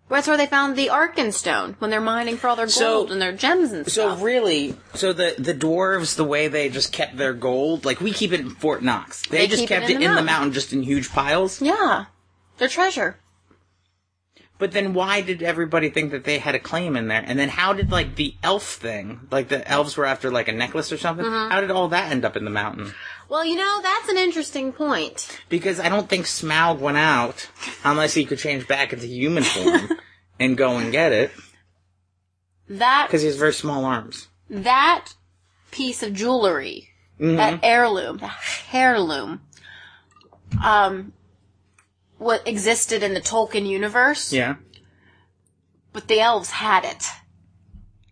Speaker 2: That's where they found the Arkenstone when they're mining for all their gold
Speaker 3: So-
Speaker 2: and their gems and
Speaker 3: So
Speaker 2: stuff.
Speaker 3: really, so the the dwarves, the way they just kept their gold, like we keep it in Fort Knox. They,
Speaker 2: They
Speaker 3: just
Speaker 2: keep it
Speaker 3: kept it
Speaker 2: in
Speaker 3: in,
Speaker 2: the
Speaker 3: the
Speaker 2: mountain.
Speaker 3: mountain, just in huge piles.
Speaker 2: yeah, their treasure.
Speaker 3: But then why did everybody think that they had a claim in there? And then how did like the elf thing, like the elves were after like a necklace or something?
Speaker 2: Mm-hmm.
Speaker 3: How did all that end up in the mountain?
Speaker 2: Well, you know that's an interesting point.
Speaker 3: Because I don't think Smaug went out unless he could change back into human form
Speaker 2: (laughs)
Speaker 3: and go and get it
Speaker 2: That
Speaker 3: because he has very small arms.
Speaker 2: that piece of jewelry,
Speaker 3: Mm-hmm.
Speaker 2: that heirloom, that heirloom, um, what existed in the Tolkien universe.
Speaker 3: Yeah.
Speaker 2: but the elves had it.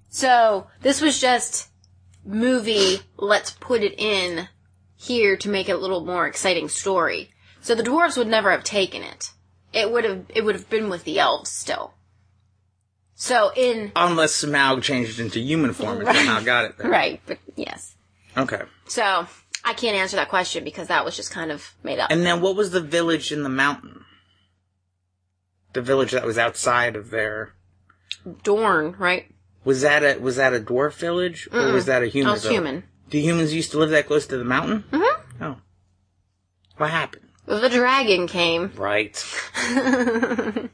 Speaker 2: So this was just movie. Let's put it in here to make it a little more exciting story. So the dwarves would never have taken it. It would have. It would have been with the elves still. So in
Speaker 3: Unless Smaug changed into human form and somehow got it there.
Speaker 2: right, but yes.
Speaker 3: Okay.
Speaker 2: So I can't answer that question because that was just kind of made up.
Speaker 3: And then what was the village in the mountain? The village that was outside of there.
Speaker 2: Dorn, right?
Speaker 3: Was that a was that a dwarf village or was that a human?
Speaker 2: I was
Speaker 3: village?
Speaker 2: human.
Speaker 3: Do humans used to live that close to the mountain? Mm-hmm. Oh. What happened?
Speaker 2: The dragon came.
Speaker 3: Right. and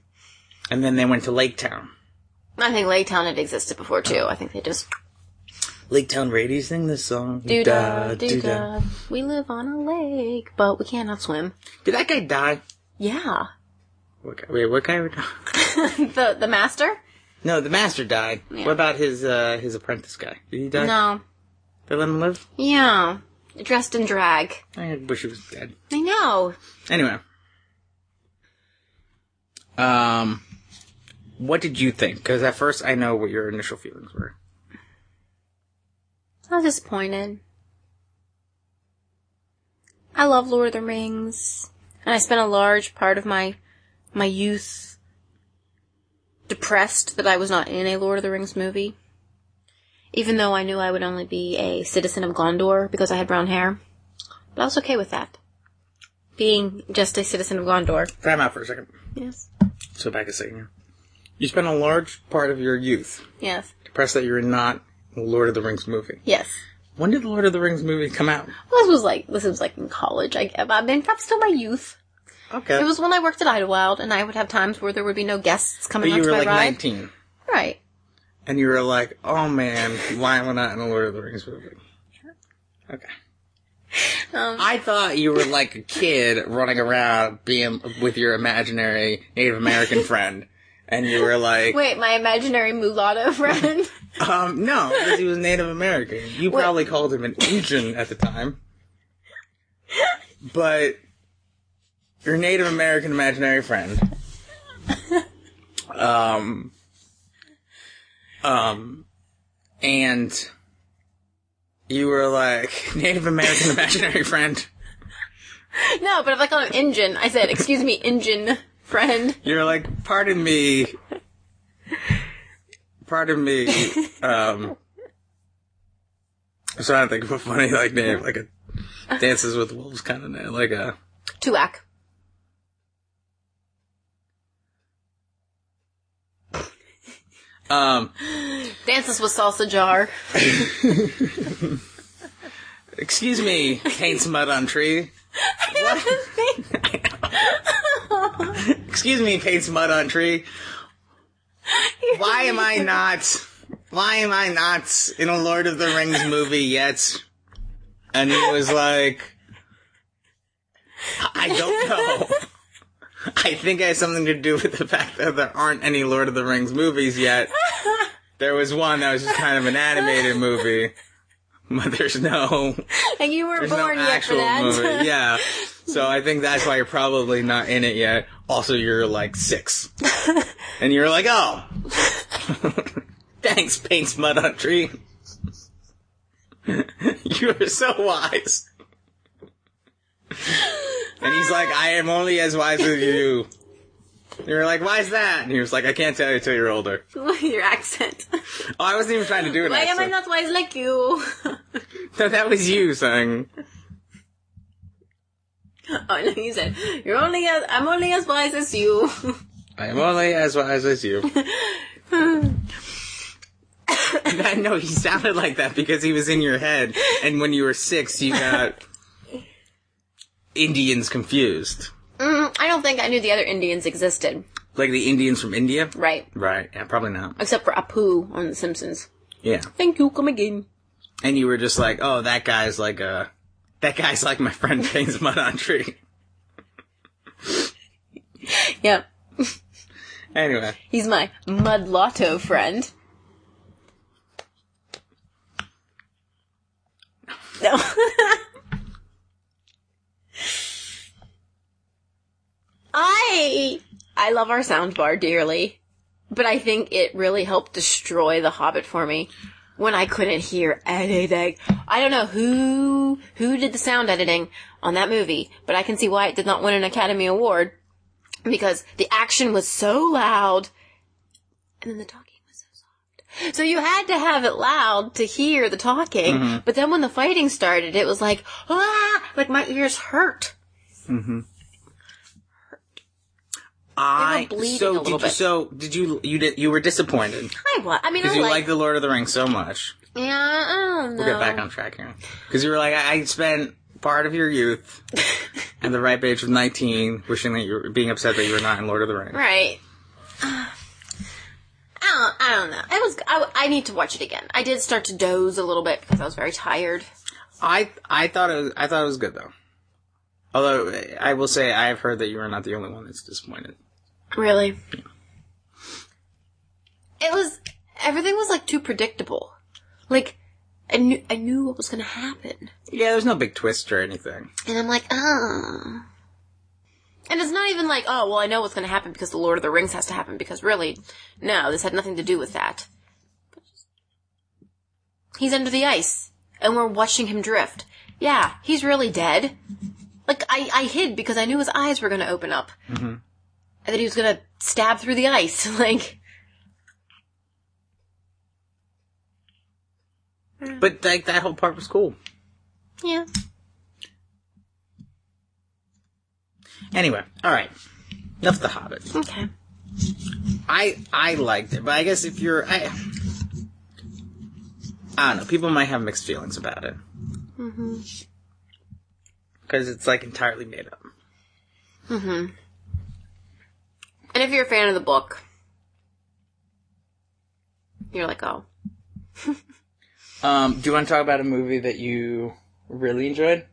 Speaker 3: then they went to Lake Town.
Speaker 2: I think Lake Town had existed before too. I think they just
Speaker 3: Lake Town Rady sing this song.
Speaker 2: Doo
Speaker 3: Da,
Speaker 2: da, doo
Speaker 3: doo da.
Speaker 2: da. We live on a lake, but we cannot swim.
Speaker 3: Did that guy die?
Speaker 2: Yeah. (laughs)
Speaker 3: What guy, wait, what guy? would-
Speaker 2: The the master?
Speaker 3: (laughs) No, the master died. What about his uh his apprentice guy? Did he die?
Speaker 2: No.
Speaker 3: They let him live?
Speaker 2: Yeah. Dressed in drag.
Speaker 3: I wish he was dead.
Speaker 2: I know.
Speaker 3: Anyway. Um what did you think? Because at first I know what your initial feelings were.
Speaker 2: I was disappointed. I love Lord of the Rings, and I spent a large part of my my youth depressed that I was not in a Lord of the Rings movie. Even though I knew I would only be a citizen of Gondor because I had brown hair. But I was okay with that. Being just a citizen of Gondor.
Speaker 3: Time out for a second.
Speaker 2: Yes.
Speaker 3: So back a second here. You spent a large part of your youth
Speaker 2: Yes.
Speaker 3: depressed that you're not in the Lord of the Rings movie.
Speaker 2: Yes.
Speaker 3: When did the Lord of the Rings movie come out?
Speaker 2: Well, this was like this was like in college. I, I mean, that's still my youth.
Speaker 3: Okay.
Speaker 2: It was when I worked at Idlewild, and I would have times where there would be no guests
Speaker 3: but
Speaker 2: coming
Speaker 3: you
Speaker 2: onto
Speaker 3: were
Speaker 2: my
Speaker 3: like
Speaker 2: ride.
Speaker 3: 19.
Speaker 2: Right.
Speaker 3: And you were like, oh man, why am I not in the Lord of the Rings movie? Okay.
Speaker 2: Um,
Speaker 3: I thought you were like a kid running around being with your imaginary Native American friend, and you were like,
Speaker 2: Wait, my imaginary mulatto (laughs) friend.
Speaker 3: um, no, because he was Native American. You probably called him an Injun at the time, but your Native American imaginary friend. Um, um, and you were like (laughs) Native American imaginary friend.
Speaker 2: no, but if I call him Injun, I said, excuse me, Injun friend.
Speaker 3: You're like, pardon me, pardon me. Um, I'm trying to think of a funny like name, like a Dances with Wolves kind of name, like a
Speaker 2: Tuak.
Speaker 3: um.
Speaker 2: Dances with salsa jar.
Speaker 3: Excuse me, paints mud on tree. (laughs) Excuse me, paints mud on tree. Why am I not? Why am I not in a Lord of the Rings movie yet? And he was like, "I- I don't know. I think it has something to do with the fact that there aren't any Lord of the Rings movies yet. There was one that was just kind of an animated movie, but there's no
Speaker 2: And you were
Speaker 3: there's
Speaker 2: born
Speaker 3: no
Speaker 2: yet for
Speaker 3: actual
Speaker 2: that.
Speaker 3: movie.
Speaker 2: (laughs)
Speaker 3: Yeah. So I think that's why you're probably not in it yet. Also, you're
Speaker 2: (laughs)
Speaker 3: like six. and you're like, oh. (laughs) Thanks, paints mud on tree. (laughs) you are so wise. and he's like, I am only as wise as you. And You're like, why's that? And he was like, I can't tell you till you're older.
Speaker 2: (laughs) Your accent.
Speaker 3: Oh, I wasn't even trying to do it.
Speaker 2: Why am I not wise like you? (laughs) oh,
Speaker 3: No, that was you saying.
Speaker 2: Oh, no, you said, you're only as, I'm only as wise as you. (laughs)
Speaker 3: I am only as wise as you. (laughs) I know he sounded like that because he was in your head, and when you were six,
Speaker 2: (laughs)
Speaker 3: you got Indians confused,
Speaker 2: Mm, I don't think I knew the other Indians existed.
Speaker 3: like the Indians from India.
Speaker 2: Right.
Speaker 3: Right. Yeah, probably not.
Speaker 2: Except for Apu on The Simpsons.
Speaker 3: Yeah.
Speaker 2: Thank you, come again.
Speaker 3: And you were just like, oh, that guy's like a, that guy's like my friend James Mud on Tree.
Speaker 2: Yeah.
Speaker 3: (laughs) Anyway,
Speaker 2: He's my mudlotto friend. No. (laughs) I I love our soundbar dearly, but I think it really helped destroy the Hobbit for me when I couldn't hear anything. I don't know who who did the sound editing on that movie, but I can see why it did not win an Academy Award because the action was so loud and then the talking was so soft. So you had to have it loud to hear the talking,
Speaker 3: Mm-hmm.
Speaker 2: but then when the fighting started, it was like, ah, like my ears hurt.
Speaker 3: I
Speaker 2: bleeding
Speaker 3: so
Speaker 2: a
Speaker 3: did
Speaker 2: little
Speaker 3: you,
Speaker 2: bit.
Speaker 3: so did you you did you were disappointed
Speaker 2: I what? I mean, I
Speaker 3: because you
Speaker 2: like,
Speaker 3: like the Lord of the Rings so much.
Speaker 2: yeah, I don't know.
Speaker 3: We'll get back on track here. Because you were like, I, I spent part of your youth at the ripe age of 19 wishing that you were being upset that you were not in Lord of the Rings.
Speaker 2: Right. (sighs) I don't, I don't know. It was. I, I need to watch it again. I did start to doze a little bit because I was very tired.
Speaker 3: I I thought it was I thought it was good though. Although I will say I have heard that you are not the only one that's disappointed.
Speaker 2: Really? It was everything was like too predictable. Like I knew I knew what was gonna happen.
Speaker 3: Yeah, there's no big twist or anything.
Speaker 2: And I'm like, oh. And it's not even like, oh well I know what's gonna happen because the Lord of the Rings has to happen because really no, this had nothing to do with that. He's under the ice and we're watching him drift. Yeah, he's really dead. Like I, I hid because I knew his eyes were gonna open up. Mm-hmm. And that he was gonna stab through the ice. (laughs) Like
Speaker 3: But like that whole part was cool.
Speaker 2: Yeah.
Speaker 3: Anyway, all right. Enough the Hobbit.
Speaker 2: Okay.
Speaker 3: I I liked it, but I guess if you're I, I don't know, people might have mixed feelings about it. Mm-hmm. Because it's like entirely made up.
Speaker 2: And if you're a fan of the book, you're like, oh,
Speaker 3: Um, do you want to talk about a movie that you really enjoyed?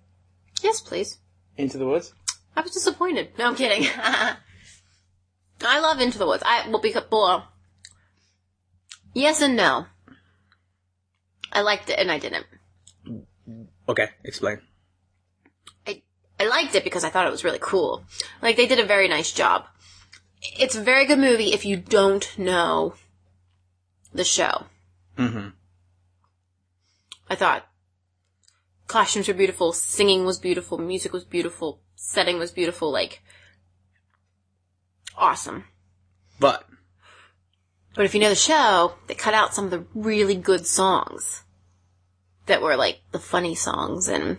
Speaker 2: Yes, please.
Speaker 3: Into the Woods?
Speaker 2: I was disappointed. No, I'm kidding. (laughs) I love Into the Woods. I will be well. Yes and no. I liked it and I didn't.
Speaker 3: Okay, explain.
Speaker 2: I I liked it because I thought it was really cool. Like they did a very nice job. It's a very good movie if you don't know the show.
Speaker 3: Mm-hmm.
Speaker 2: I thought costumes were beautiful, singing was beautiful, music was beautiful, setting was beautiful, like awesome.
Speaker 3: But,
Speaker 2: But if you know the show, they cut out some of the really good songs that were like the funny songs and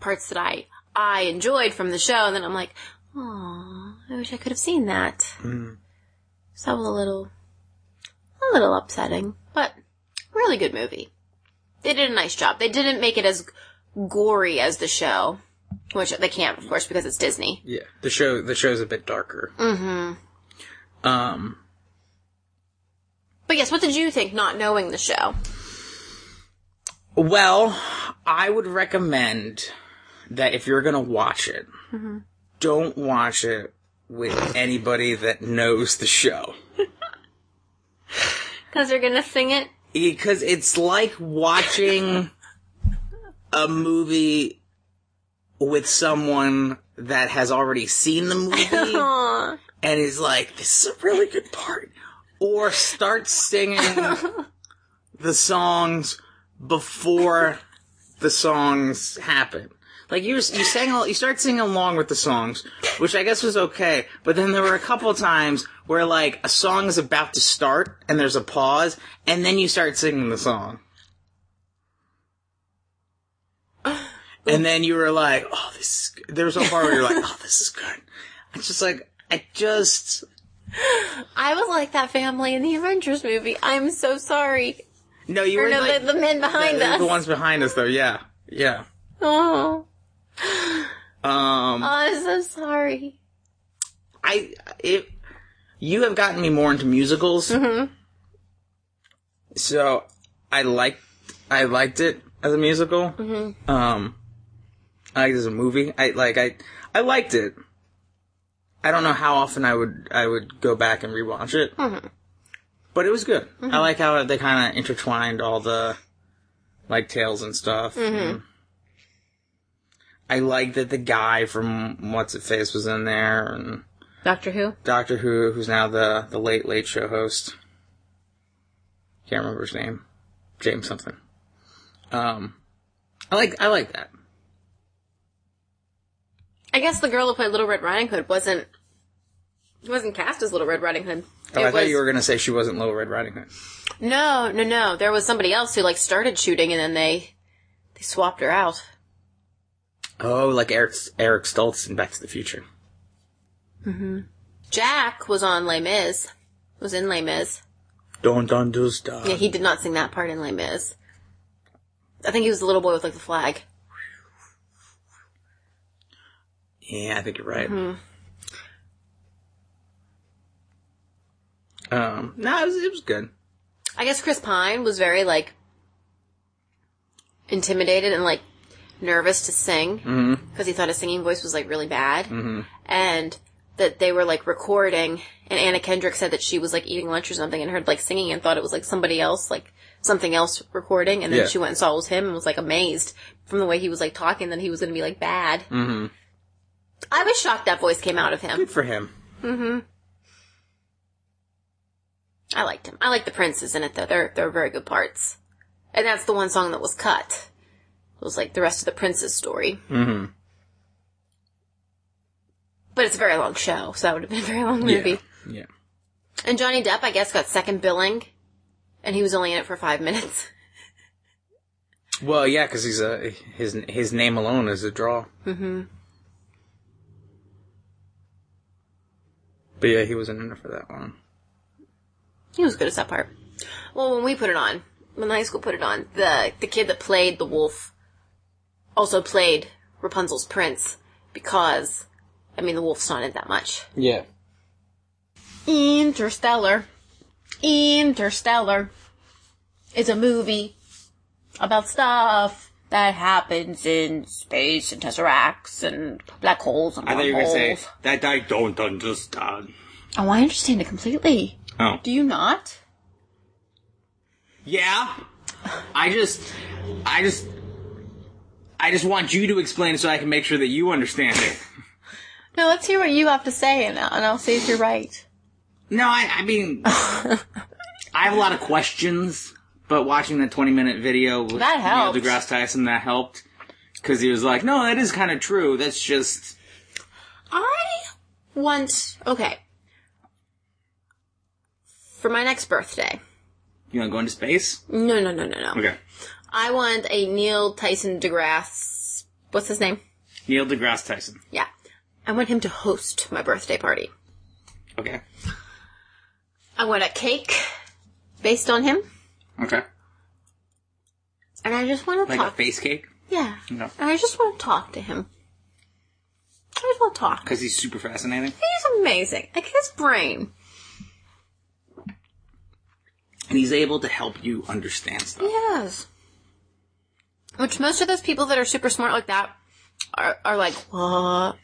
Speaker 2: parts that I I enjoyed from the show. And then I'm like, oh, I wish I could have seen that. So that was a little, a little upsetting, but really good movie. They did a nice job. They didn't make it as gory as the show, which they can't, of course, because it's Disney.
Speaker 3: yeah, the show, the show's a bit darker.
Speaker 2: Mm-hmm.
Speaker 3: Um,
Speaker 2: But yes, what did you think not knowing the show?
Speaker 3: Well, I would recommend that if you're going to watch it, don't watch it with anybody that knows the show.
Speaker 2: Because they're gonna sing it.
Speaker 3: Because it's like watching a movie with someone that has already seen the movie
Speaker 2: Aw.
Speaker 3: and is like, this is a really good part. Or starts singing the songs before the songs happen. Like you, you sang, al- you start singing along with the songs, which I guess was okay. But then there were a couple of times where like a song is about to start and there's a pause, and then you start singing
Speaker 2: (sighs)
Speaker 3: the song, and then you were like, "Oh, this." Is good. There was one part where you're like, "Oh, this is good." It's just like I just
Speaker 2: I was like that family in the Avengers movie. I'm so sorry.
Speaker 3: no, you
Speaker 2: Or
Speaker 3: were
Speaker 2: no,
Speaker 3: like,
Speaker 2: the, the men behind us.
Speaker 3: the ones behind us though. Yeah, yeah.
Speaker 2: (laughs) Oh,
Speaker 3: Um,
Speaker 2: I'm so sorry.
Speaker 3: I it you have gotten me more into musicals. So I liked I liked it as a musical. Um I liked it as a movie. I like I I liked it. I don't know how often I would I would go back and rewatch it. But it was good. I like how they kind of intertwined all the like tales and stuff. And I like that the guy from What's It Face was in there and
Speaker 2: Doctor Who.
Speaker 3: Doctor Who, who's now the the late late show host. Can't remember his name, James something. Um, I like I like that.
Speaker 2: I guess the girl who played Little Red Riding Hood wasn't wasn't cast as Little Red Riding Hood.
Speaker 3: Oh,
Speaker 2: It
Speaker 3: I thought
Speaker 2: was-
Speaker 3: you were gonna say she wasn't Little Red Riding Hood.
Speaker 2: No, no, no. There was somebody else who like started shooting, and then they they swapped her out.
Speaker 3: Oh, like Eric Eric Stoltz in Back to the Future.
Speaker 2: Jack was on Les Mis. Was in Les Mis.
Speaker 3: Don't don't do stuff.
Speaker 2: Yeah, he did not sing that part in Les Mis. I think he was the little boy with like the flag.
Speaker 3: Yeah, I think you're right. Um, no, it was, it was good.
Speaker 2: I guess Chris Pine was very like intimidated and like nervous to sing because he thought his singing voice was like really bad, and that they were like recording. And Anna Kendrick said that she was like eating lunch or something and heard like singing and thought it was like somebody else, like something else recording. And then
Speaker 3: Yeah.
Speaker 2: she went and saw it was him and was like amazed from the way he was like talking that he was going to be like bad. Mm-hmm. I was shocked that voice came out of him.
Speaker 3: Good for him.
Speaker 2: I liked him. I like the princes in it though. They're they're very good parts, and that's the one song that was cut. It was like the rest of the prince's story. Mm-hmm. But it's a very long show, so that would have been a very long movie.
Speaker 3: Yeah.
Speaker 2: And Johnny Depp, I guess, got second billing, and he was only in it for five minutes. (laughs)
Speaker 3: Well, yeah, because he's a his his name alone is a draw. Mm-hmm. But yeah, he wasn't in it for that one.
Speaker 2: He was good at that part. Well, when we put it on, when the high school put it on, the the kid that played the wolf also played Rapunzel's prince because, I mean, the wolf's not in it that much.
Speaker 3: Yeah.
Speaker 2: Interstellar. Interstellar. It's a movie. about stuff that happens in space and tesseracts and black holes and
Speaker 3: I thought you were gonna say
Speaker 2: wormholes.
Speaker 3: that I don't understand.
Speaker 2: Oh, I understand it completely.
Speaker 3: Oh.
Speaker 2: Do you not?
Speaker 3: Yeah. I just I just I just want you to explain so I can make sure that you understand it.
Speaker 2: No, let's hear what you have to say, and, and I'll see if you're right.
Speaker 3: No, I, I mean, I have a lot of questions, but watching that 20 minute video with
Speaker 2: That helped.
Speaker 3: Neil deGrasse Tyson, that helped. Because he was like, no, that is kind of true. That's just.
Speaker 2: I want okay for my next birthday.
Speaker 3: You want to go into space?
Speaker 2: No, no, no, no, no.
Speaker 3: Okay.
Speaker 2: I want a Neil Tyson deGrasse. What's his name?
Speaker 3: Neil deGrasse Tyson.
Speaker 2: Yeah, I want him to host my birthday party.
Speaker 3: Okay.
Speaker 2: I want a cake based on him,
Speaker 3: Okay.
Speaker 2: and I just want to
Speaker 3: Like a
Speaker 2: talk.
Speaker 3: face cake?
Speaker 2: Yeah,
Speaker 3: No.
Speaker 2: and I just want to talk to him. I just want to talk.
Speaker 3: Because he's super fascinating.
Speaker 2: He's amazing. Like his brain.
Speaker 3: And he's able to help you understand stuff.
Speaker 2: Yes. Which most of those people that are super smart like that are, are like, what?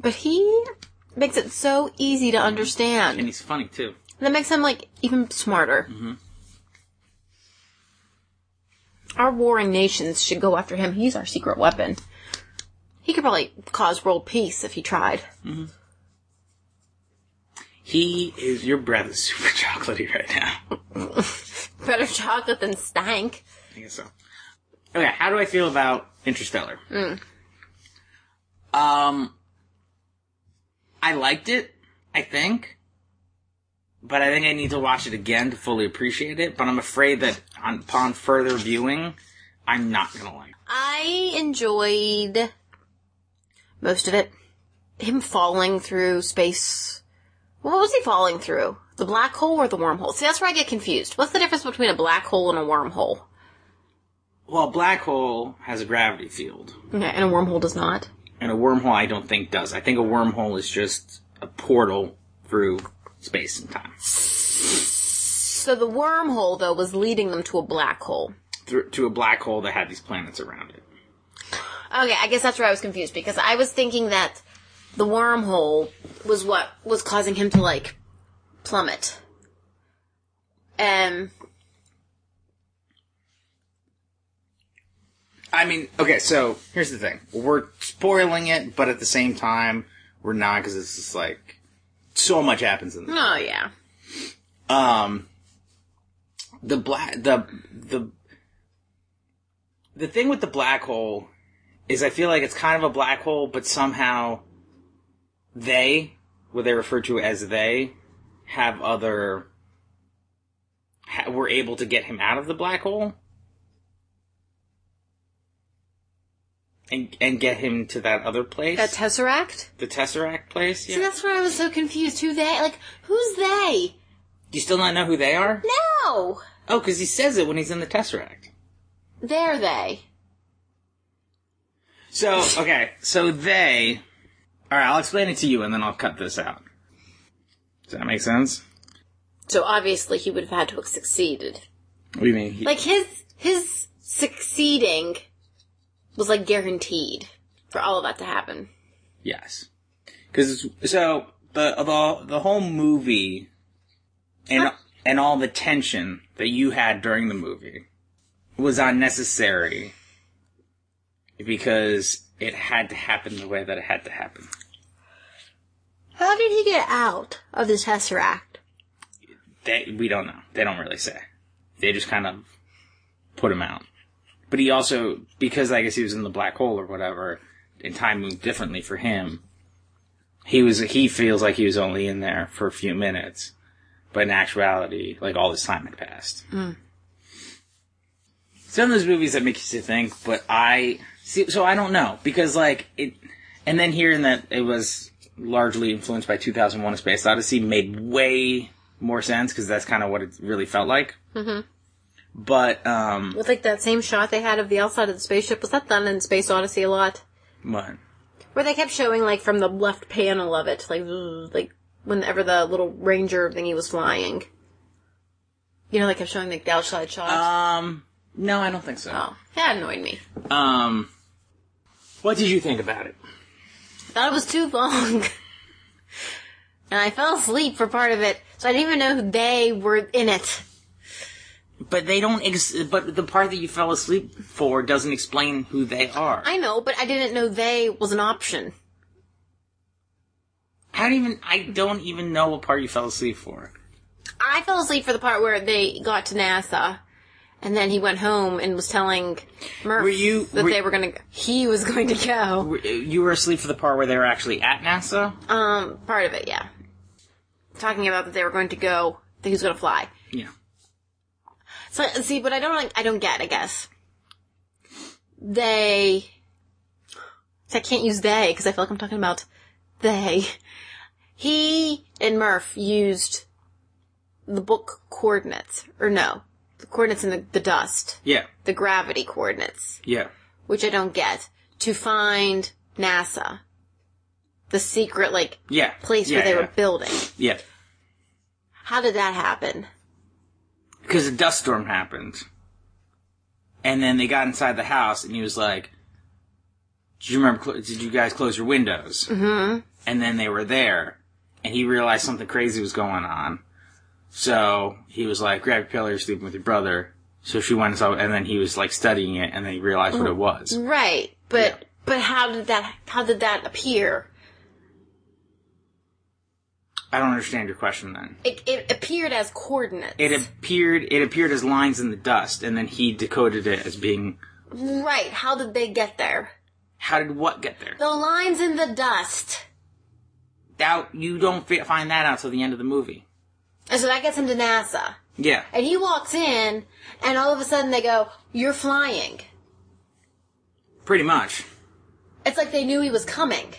Speaker 2: But he makes it so easy to
Speaker 3: And
Speaker 2: understand.
Speaker 3: he's funny too.
Speaker 2: That makes him like even smarter. Our warring nations should go after him. He's our secret weapon. He could probably cause world peace if he tried. (laughs)
Speaker 3: He is. Your breath is (laughs) super chocolatey right now.
Speaker 2: Better chocolate than stank.
Speaker 3: I guess so. Okay, how do I feel about Interstellar? Um, I liked it, I think, but I think I need to watch it again to fully appreciate it. But I'm afraid that on, upon further viewing, I'm not gonna like. it.
Speaker 2: I enjoyed most of it. Him falling through space. What was he falling through? The black hole or the wormhole? See, that's where I get confused. What's the difference between a black hole and a wormhole?
Speaker 3: Well, a black hole has a gravity field,
Speaker 2: Okay, and a wormhole does not.
Speaker 3: and a wormhole I don't think does. I think a wormhole is just a portal through space and time
Speaker 2: So the wormhole, though, was leading them to a black hole.
Speaker 3: through, to a black hole that had these planets around it.
Speaker 2: Okay, I guess that's where I was confused because I was thinking that the wormhole was what was causing him to like plummet. Um,
Speaker 3: I mean, okay, so here's the thing. We're spoiling it, but at the same time, we're not because it's just like so much happens in this.
Speaker 2: oh yeah.
Speaker 3: Um, the black, the, the, the thing with the black hole is I feel like it's kind of a black hole, but somehow they, what they refer to as they, have other, ha- were able to get him out of the black hole. And, and get him to that other place,
Speaker 2: A tesseract?
Speaker 3: the Tesseract place.
Speaker 2: See,
Speaker 3: Yeah,
Speaker 2: that's where I was so confused. Who they? Like, who's they?
Speaker 3: you still not know who they are?
Speaker 2: No!
Speaker 3: Oh, because he says it when he's in the Tesseract.
Speaker 2: They're they.
Speaker 3: So, okay, so they. Alright, I'll explain it to you and then I'll cut this out. Does that make sense?
Speaker 2: So obviously he would have had to have succeeded.
Speaker 3: What do you mean? He-
Speaker 2: Like, his, his succeeding was like guaranteed for all of that to happen.
Speaker 3: yes. Because, so, the, the, the whole movie and, and all the tension that you had during the movie was unnecessary because it had to happen the way that it had to happen.
Speaker 2: How did he get out of the tesseract?
Speaker 3: they we don't know. They don't really say. They just kind of put him out. But he also because I guess he was in the black hole or whatever, and time moved differently for him. He was he feels like he was only in there for a few minutes, but in actuality, like all this time had passed. Some of those movies that make you think, but I see. So I don't know because like it, and then hearing that it was largely influenced by 2001: A Space Odyssey made way more sense because that's kind of what it really felt like. Mm-hmm. But um,
Speaker 2: With like that same shot they had of the outside of the spaceship, was that done in Space Odyssey a lot?
Speaker 3: what?
Speaker 2: Where they kept showing like from the left panel of it, like zzz, like whenever the little ranger thingy was flying. You know, they kept showing like the outside shot.
Speaker 3: Um, No, I don't think so.
Speaker 2: Oh, that annoyed me.
Speaker 3: Um, what did you think about it?
Speaker 2: Thought it was too long. (laughs) and I fell asleep for part of it, so I didn't even know who they were in it.
Speaker 3: But they don't. Ex- but the part that you fell asleep for doesn't explain who they are.
Speaker 2: I know, but I didn't know they was an option.
Speaker 3: I don't even. I don't even know what part you fell asleep for.
Speaker 2: I fell asleep for the part where they got to NASA, and then he went home and was telling Murph
Speaker 3: Were you-
Speaker 2: that
Speaker 3: were-
Speaker 2: they were going to. He was (laughs) going to go.
Speaker 3: Were- You were asleep for the part where they were actually at NASA.
Speaker 2: Um, part of it, yeah. Talking about that they were going to go. That he was going to fly.
Speaker 3: Yeah.
Speaker 2: So see, but I don't. like- I don't get. I guess they. I can't use they because I feel like I'm talking about they. He and Murph used the book coordinates, or no, the coordinates in the, the dust,
Speaker 3: Yeah.
Speaker 2: the gravity coordinates,
Speaker 3: Yeah.
Speaker 2: which I don't get, to find NASA, the secret like
Speaker 3: Yeah.
Speaker 2: place
Speaker 3: yeah,
Speaker 2: where they
Speaker 3: yeah,
Speaker 2: were building.
Speaker 3: Yeah.
Speaker 2: How did that happen?
Speaker 3: because a dust storm happened. And then they got inside the house, and he was like, "Did you remember? Cl- did you guys close your windows?" Mm-hmm. And then they were there, and he realized something crazy was going on. So he was like, "Grab your pillow, you're sleeping with your brother." So she went and saw, and then he was like studying it, and then he realized what it was.
Speaker 2: Right, but but how did that how did that appear?
Speaker 3: I don't understand your question. Then
Speaker 2: It, it appeared as coordinates.
Speaker 3: it appeared, it appeared as lines in the dust, and then he decoded it as being,
Speaker 2: right. How did they get there?
Speaker 3: "How did what get there?"
Speaker 2: The lines in the dust.
Speaker 3: Doubt you don't fi- find that out till the end of the movie.
Speaker 2: And so that gets him to NASA.
Speaker 3: Yeah.
Speaker 2: And he walks in, and all of a sudden they go, "You're flying."
Speaker 3: Pretty much.
Speaker 2: It's like they knew he was coming.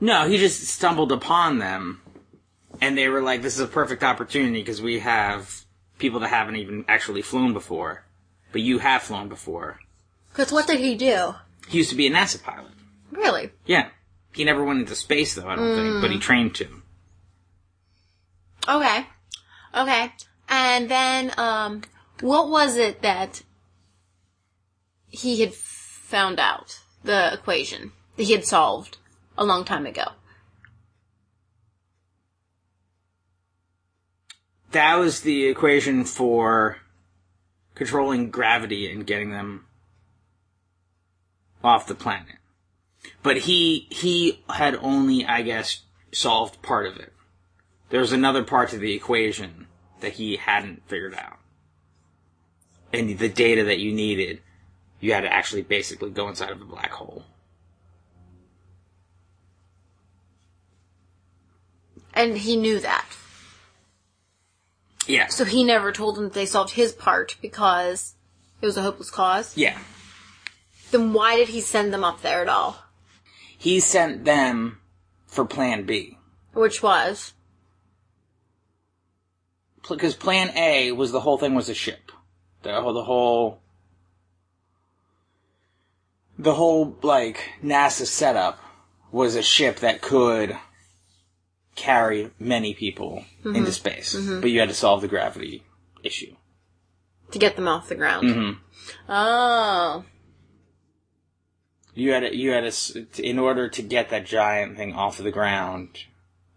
Speaker 3: No, he just stumbled upon them, and they were like, "This is a perfect opportunity because we have people that haven't even actually flown before, but you have flown before."
Speaker 2: Because what did he do?
Speaker 3: He used to be a NASA pilot.
Speaker 2: Really?
Speaker 3: Yeah, he never went into space though. I don't think, but he trained to.
Speaker 2: Okay. Okay. And then, um, what was it that he had found out? The equation that he had solved a long time ago.
Speaker 3: That was the equation for controlling gravity and getting them off the planet. But he he had only, I guess, solved part of it. There was another part to the equation that he hadn't figured out. And the data that you needed, you had to actually basically go inside of a black hole.
Speaker 2: And he knew that.
Speaker 3: Yeah.
Speaker 2: So he never told them that they solved his part because it was a hopeless cause.
Speaker 3: yeah.
Speaker 2: Then why did he send them up there at all?
Speaker 3: He sent them for plan B.
Speaker 2: Which was,
Speaker 3: because plan A was the whole thing was a ship. The whole, the whole, the whole, like, NASA setup was a ship that could carry many people into space. But you had to solve the gravity issue.
Speaker 2: to get them off the ground. Oh.
Speaker 3: You had to, you had to, s- in order to get that giant thing off of the ground,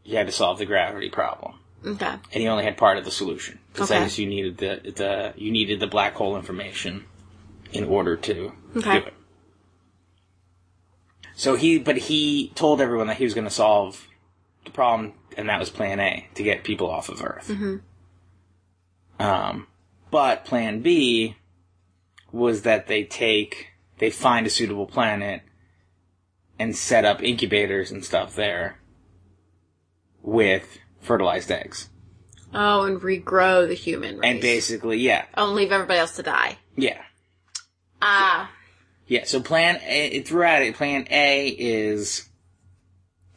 Speaker 3: you had to solve the gravity problem.
Speaker 2: Okay.
Speaker 3: And he only had part of the solution. Because I
Speaker 2: Okay.
Speaker 3: guess you needed the, the, you needed the black hole information in order to
Speaker 2: Okay.
Speaker 3: do it. So he, but he told everyone that he was going to solve the problem, and that was Plan A to get people off of Earth.
Speaker 2: Mm-hmm.
Speaker 3: Um, but Plan B was that they take, they find a suitable planet and set up incubators and stuff there with fertilized eggs,
Speaker 2: Oh, and regrow the human race.
Speaker 3: and basically, yeah,
Speaker 2: Oh, and leave everybody else to die.
Speaker 3: yeah.
Speaker 2: Ah.
Speaker 3: Yeah, so plan A, throughout it, plan A is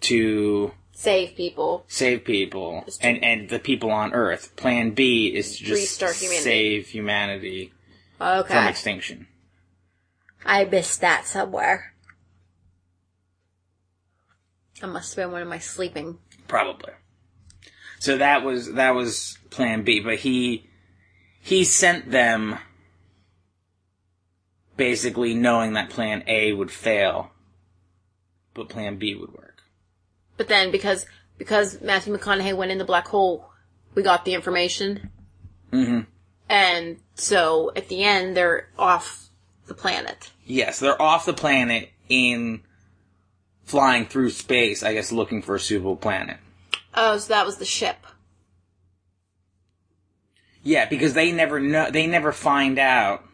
Speaker 3: to
Speaker 2: save people.
Speaker 3: save people and, and the people on Earth. Plan B is to just
Speaker 2: Restart humanity.
Speaker 3: save humanity
Speaker 2: Okay.
Speaker 3: from extinction.
Speaker 2: I missed that somewhere. I must have been one of my sleeping.
Speaker 3: Probably. So that was that was plan B, but he he sent them basically knowing that plan A would fail, but plan B would work.
Speaker 2: But then because because Matthew McConaughey went in the black hole, we got the information. Mm-hmm. And so at the end, they're off the planet.
Speaker 3: Yes, they're off the planet in flying through space, I guess looking for a suitable planet.
Speaker 2: Oh, so that was the ship.
Speaker 3: Yeah, because they never know they never find out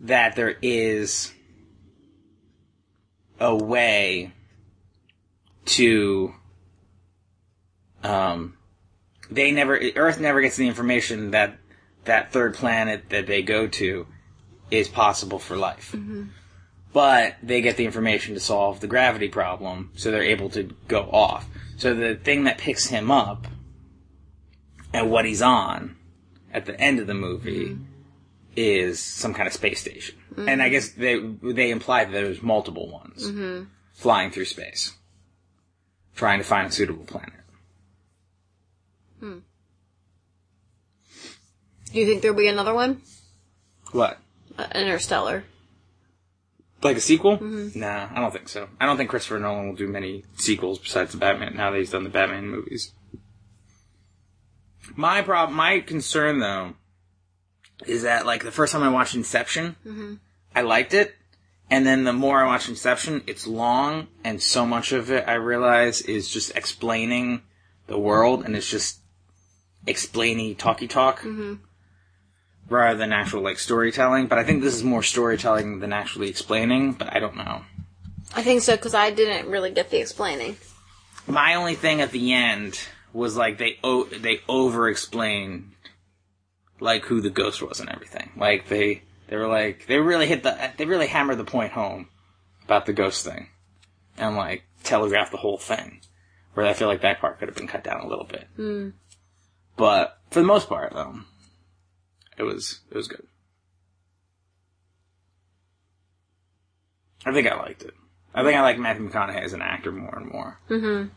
Speaker 3: that there is a way to um they never Earth never gets the information that that third planet that they go to is possible for life. But they get the information to solve the gravity problem, so they're able to go off. So the thing that picks him up and what he's on at the end of the movie is some kind of space station. And I guess they they imply that there's multiple ones flying through space, trying to find a suitable planet.
Speaker 2: Do you think there'll be another one?
Speaker 3: What?
Speaker 2: Uh, Interstellar.
Speaker 3: Like a sequel? Nah, I don't think so. I don't think Christopher Nolan will do many sequels besides the Batman now that he's done the Batman movies. My problem, my concern though, is that like the first time I watched Inception, I liked it, and then the more I watched Inception, it's long, and so much of it I realize is just explaining the world, and it's just explainy talky talk rather than actual like storytelling. But I think this is more storytelling than actually explaining. But I don't know.
Speaker 2: I think so because I didn't really get the explaining.
Speaker 3: My only thing at the end was like they o- they over explained like who the ghost was and everything. Like they they were like they really hit the they really hammered the point home about the ghost thing and like telegraphed the whole thing. Where I feel like that part could have been cut down a little bit. But for the most part, though, it was it was good. I think I liked it. I think I like Matthew McConaughey as an actor more and more. Mm-hmm.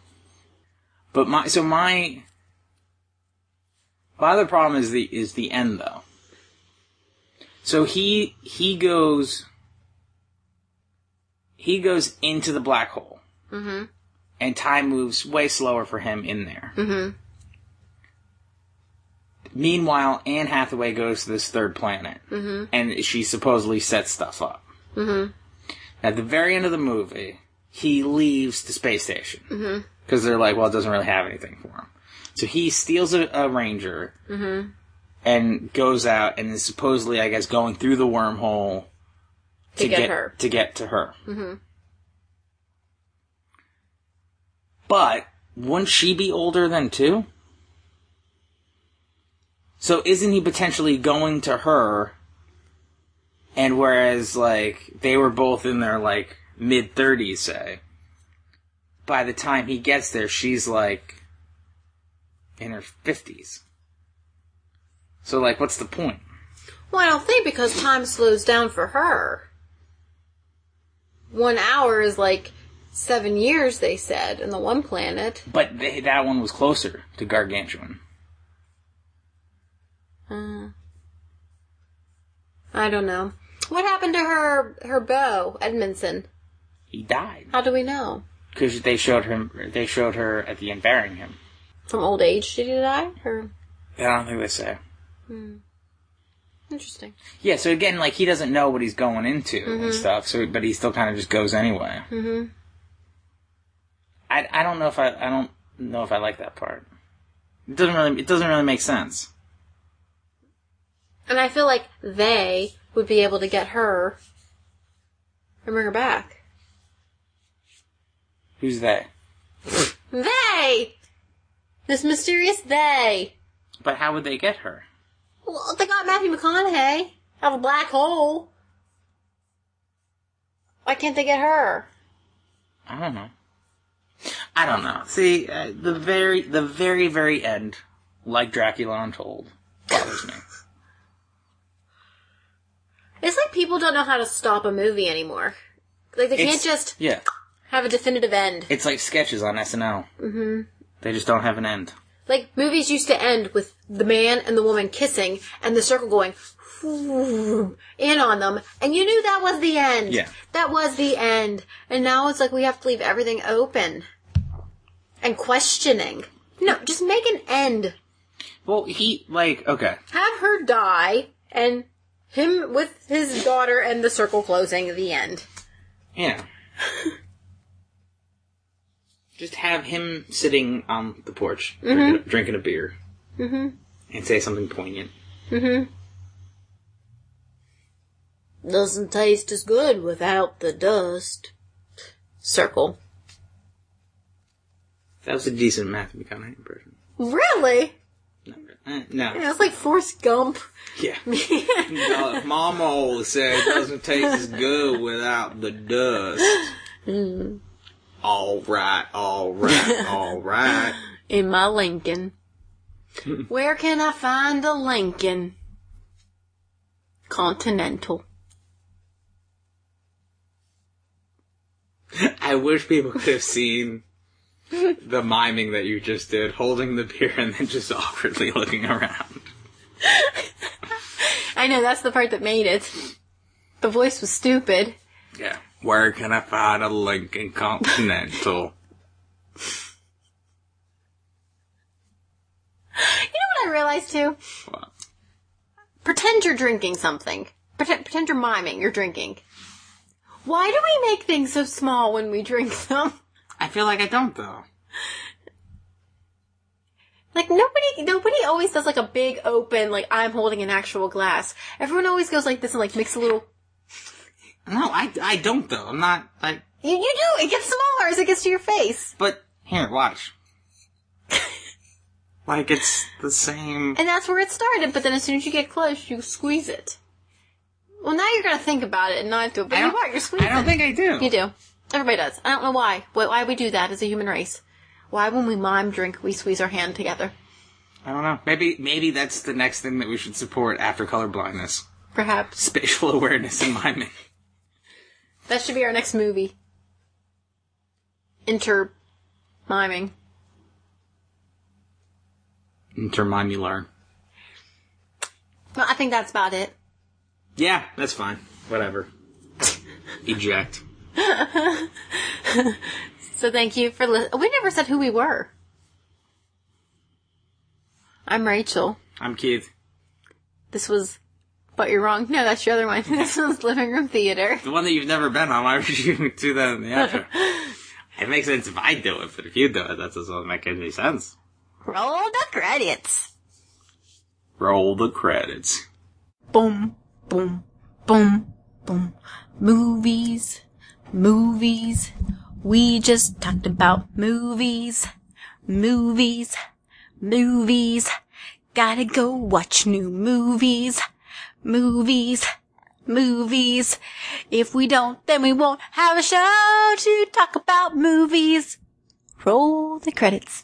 Speaker 3: But my so my my other problem is the is the end though. So he he goes he goes into the black hole, mm-hmm. and time moves way slower for him in there. Meanwhile, Anne Hathaway goes to this third planet, and she supposedly sets stuff up. Mm-hmm. At the very end of the movie, he leaves the space station
Speaker 2: Mm-hmm.
Speaker 3: because they're like, "Well, it doesn't really have anything for him." So he steals a, a ranger
Speaker 2: Mm-hmm.
Speaker 3: and goes out, and is supposedly, I guess, going through the wormhole
Speaker 2: To get her.
Speaker 3: to get to her. Mm-hmm. But wouldn't she be older than two? So isn't he potentially going to her? And whereas like they were both in their like mid thirties, say, by the time he gets there, she's like in her fifties. So like, what's the point?
Speaker 2: Well, I don't think because time slows down for her. One hour is like seven years, they said, in the one planet.
Speaker 3: But th- that one was closer to gargantuan.
Speaker 2: Uh, I don't know. What happened to her her beau, Edmondson?
Speaker 3: He died
Speaker 2: How do we know?
Speaker 3: because they showed him. They showed her at the end burying him.
Speaker 2: From old age did he die? Or
Speaker 3: I don't think they say.
Speaker 2: interesting.
Speaker 3: Yeah, so again, like he doesn't know what he's going into
Speaker 2: Mm-hmm.
Speaker 3: and stuff. So, but he still kind of just goes anyway. Mm-hmm. I I don't know if I I don't know if I like that part. It doesn't really it doesn't really make sense.
Speaker 2: And I feel like they would be able to get her and bring her back.
Speaker 3: Who's they?
Speaker 2: They This mysterious they.
Speaker 3: But how would they get her?
Speaker 2: Well they got Matthew McConaughey out of a black hole. Why can't they get her?
Speaker 3: I don't know. I don't know. See, uh, the very the very very end, like Dracula Untold, bothers me.
Speaker 2: It's like people don't know how to stop a movie anymore. Like they can't
Speaker 3: It's-
Speaker 2: just
Speaker 3: Yeah,
Speaker 2: have a definitive end.
Speaker 3: it's like sketches on SNL. Mm-hmm. They just don't have an end.
Speaker 2: Like movies used to end with the man and the woman kissing and the circle going in on them, and you knew that was the end.
Speaker 4: Yeah.
Speaker 2: that was the end. And now it's like we have to leave everything open and questioning. No, just make an end.
Speaker 3: Well, he like okay.
Speaker 2: Have her die, and him with his daughter, and the circle closing. The end.
Speaker 3: (laughs) Yeah. Just have him sitting on the porch drinking, drinking a beer mm-hmm. and say something poignant.
Speaker 2: Doesn't taste as good without the dust. Circle.
Speaker 3: That was a decent Matthew McConaughey impression.
Speaker 2: Really?
Speaker 3: Not really. Eh, No.
Speaker 2: Yeah, it's like Forrest Gump.
Speaker 3: Yeah. (laughs) Uh, Mama always said it doesn't taste as good without the dust. Mm-hmm. All right, all right, all right.
Speaker 2: In my Lincoln. Where can I find a Lincoln? Continental.
Speaker 3: I wish people could have seen the miming that you just did, holding the beer and then just (laughs) awkwardly looking around.
Speaker 2: I know that's the part that made it. The voice was stupid.
Speaker 3: Yeah. Where can I find a Lincoln Continental?
Speaker 2: You know what I realized too?
Speaker 3: What?
Speaker 2: Pretend you're drinking something. Pretend, pretend you're miming you're drinking. Why do we make things so small when we drink them? (laughs)
Speaker 3: I feel like I don't though.
Speaker 2: Like nobody, nobody always does like a big open, like I'm holding an actual glass. Everyone always goes like this and like makes a little.
Speaker 3: No, I, I don't though. I'm not like,
Speaker 2: You, you do. It gets smaller as it gets to your face,
Speaker 3: but here, watch. (laughs) like it's the same.
Speaker 2: and that's where it started. But then as soon as you get close, you squeeze it. Well, now you're gonna think about it and not do it. But you
Speaker 3: don't-
Speaker 2: are. You're squeezing.
Speaker 3: I don't think I do.
Speaker 2: you do. Everybody does. I don't know why. Why, why we do that as a human race? Why when we mime drink, we squeeze our hand together?
Speaker 3: I don't know. Maybe maybe that's the next thing that we should support after colorblindness.
Speaker 2: Perhaps
Speaker 3: (laughs) Spatial awareness and (laughs) miming.
Speaker 2: that should be our next movie. Inter miming.
Speaker 3: Intermimular.
Speaker 2: No, I think that's about it.
Speaker 3: Yeah, that's fine. Whatever. (laughs) Eject.
Speaker 2: So thank you for listening. We never said who we were. I'm Rachel.
Speaker 3: I'm Keith.
Speaker 2: This was, but you're wrong. No, that's your other one. (laughs) This was Living Room Theater.
Speaker 3: The one that you've never been on, why would you (laughs) do that in the outro? it makes sense if I do it, but if you do it, that doesn't make any sense.
Speaker 2: Roll the credits.
Speaker 3: Roll the credits.
Speaker 1: boom, boom, boom, boom. Movies, movies. We just talked about movies, movies, movies. Gotta go watch new movies, movies, movies. If we don't, then we won't have a show to talk about movies. Roll the credits.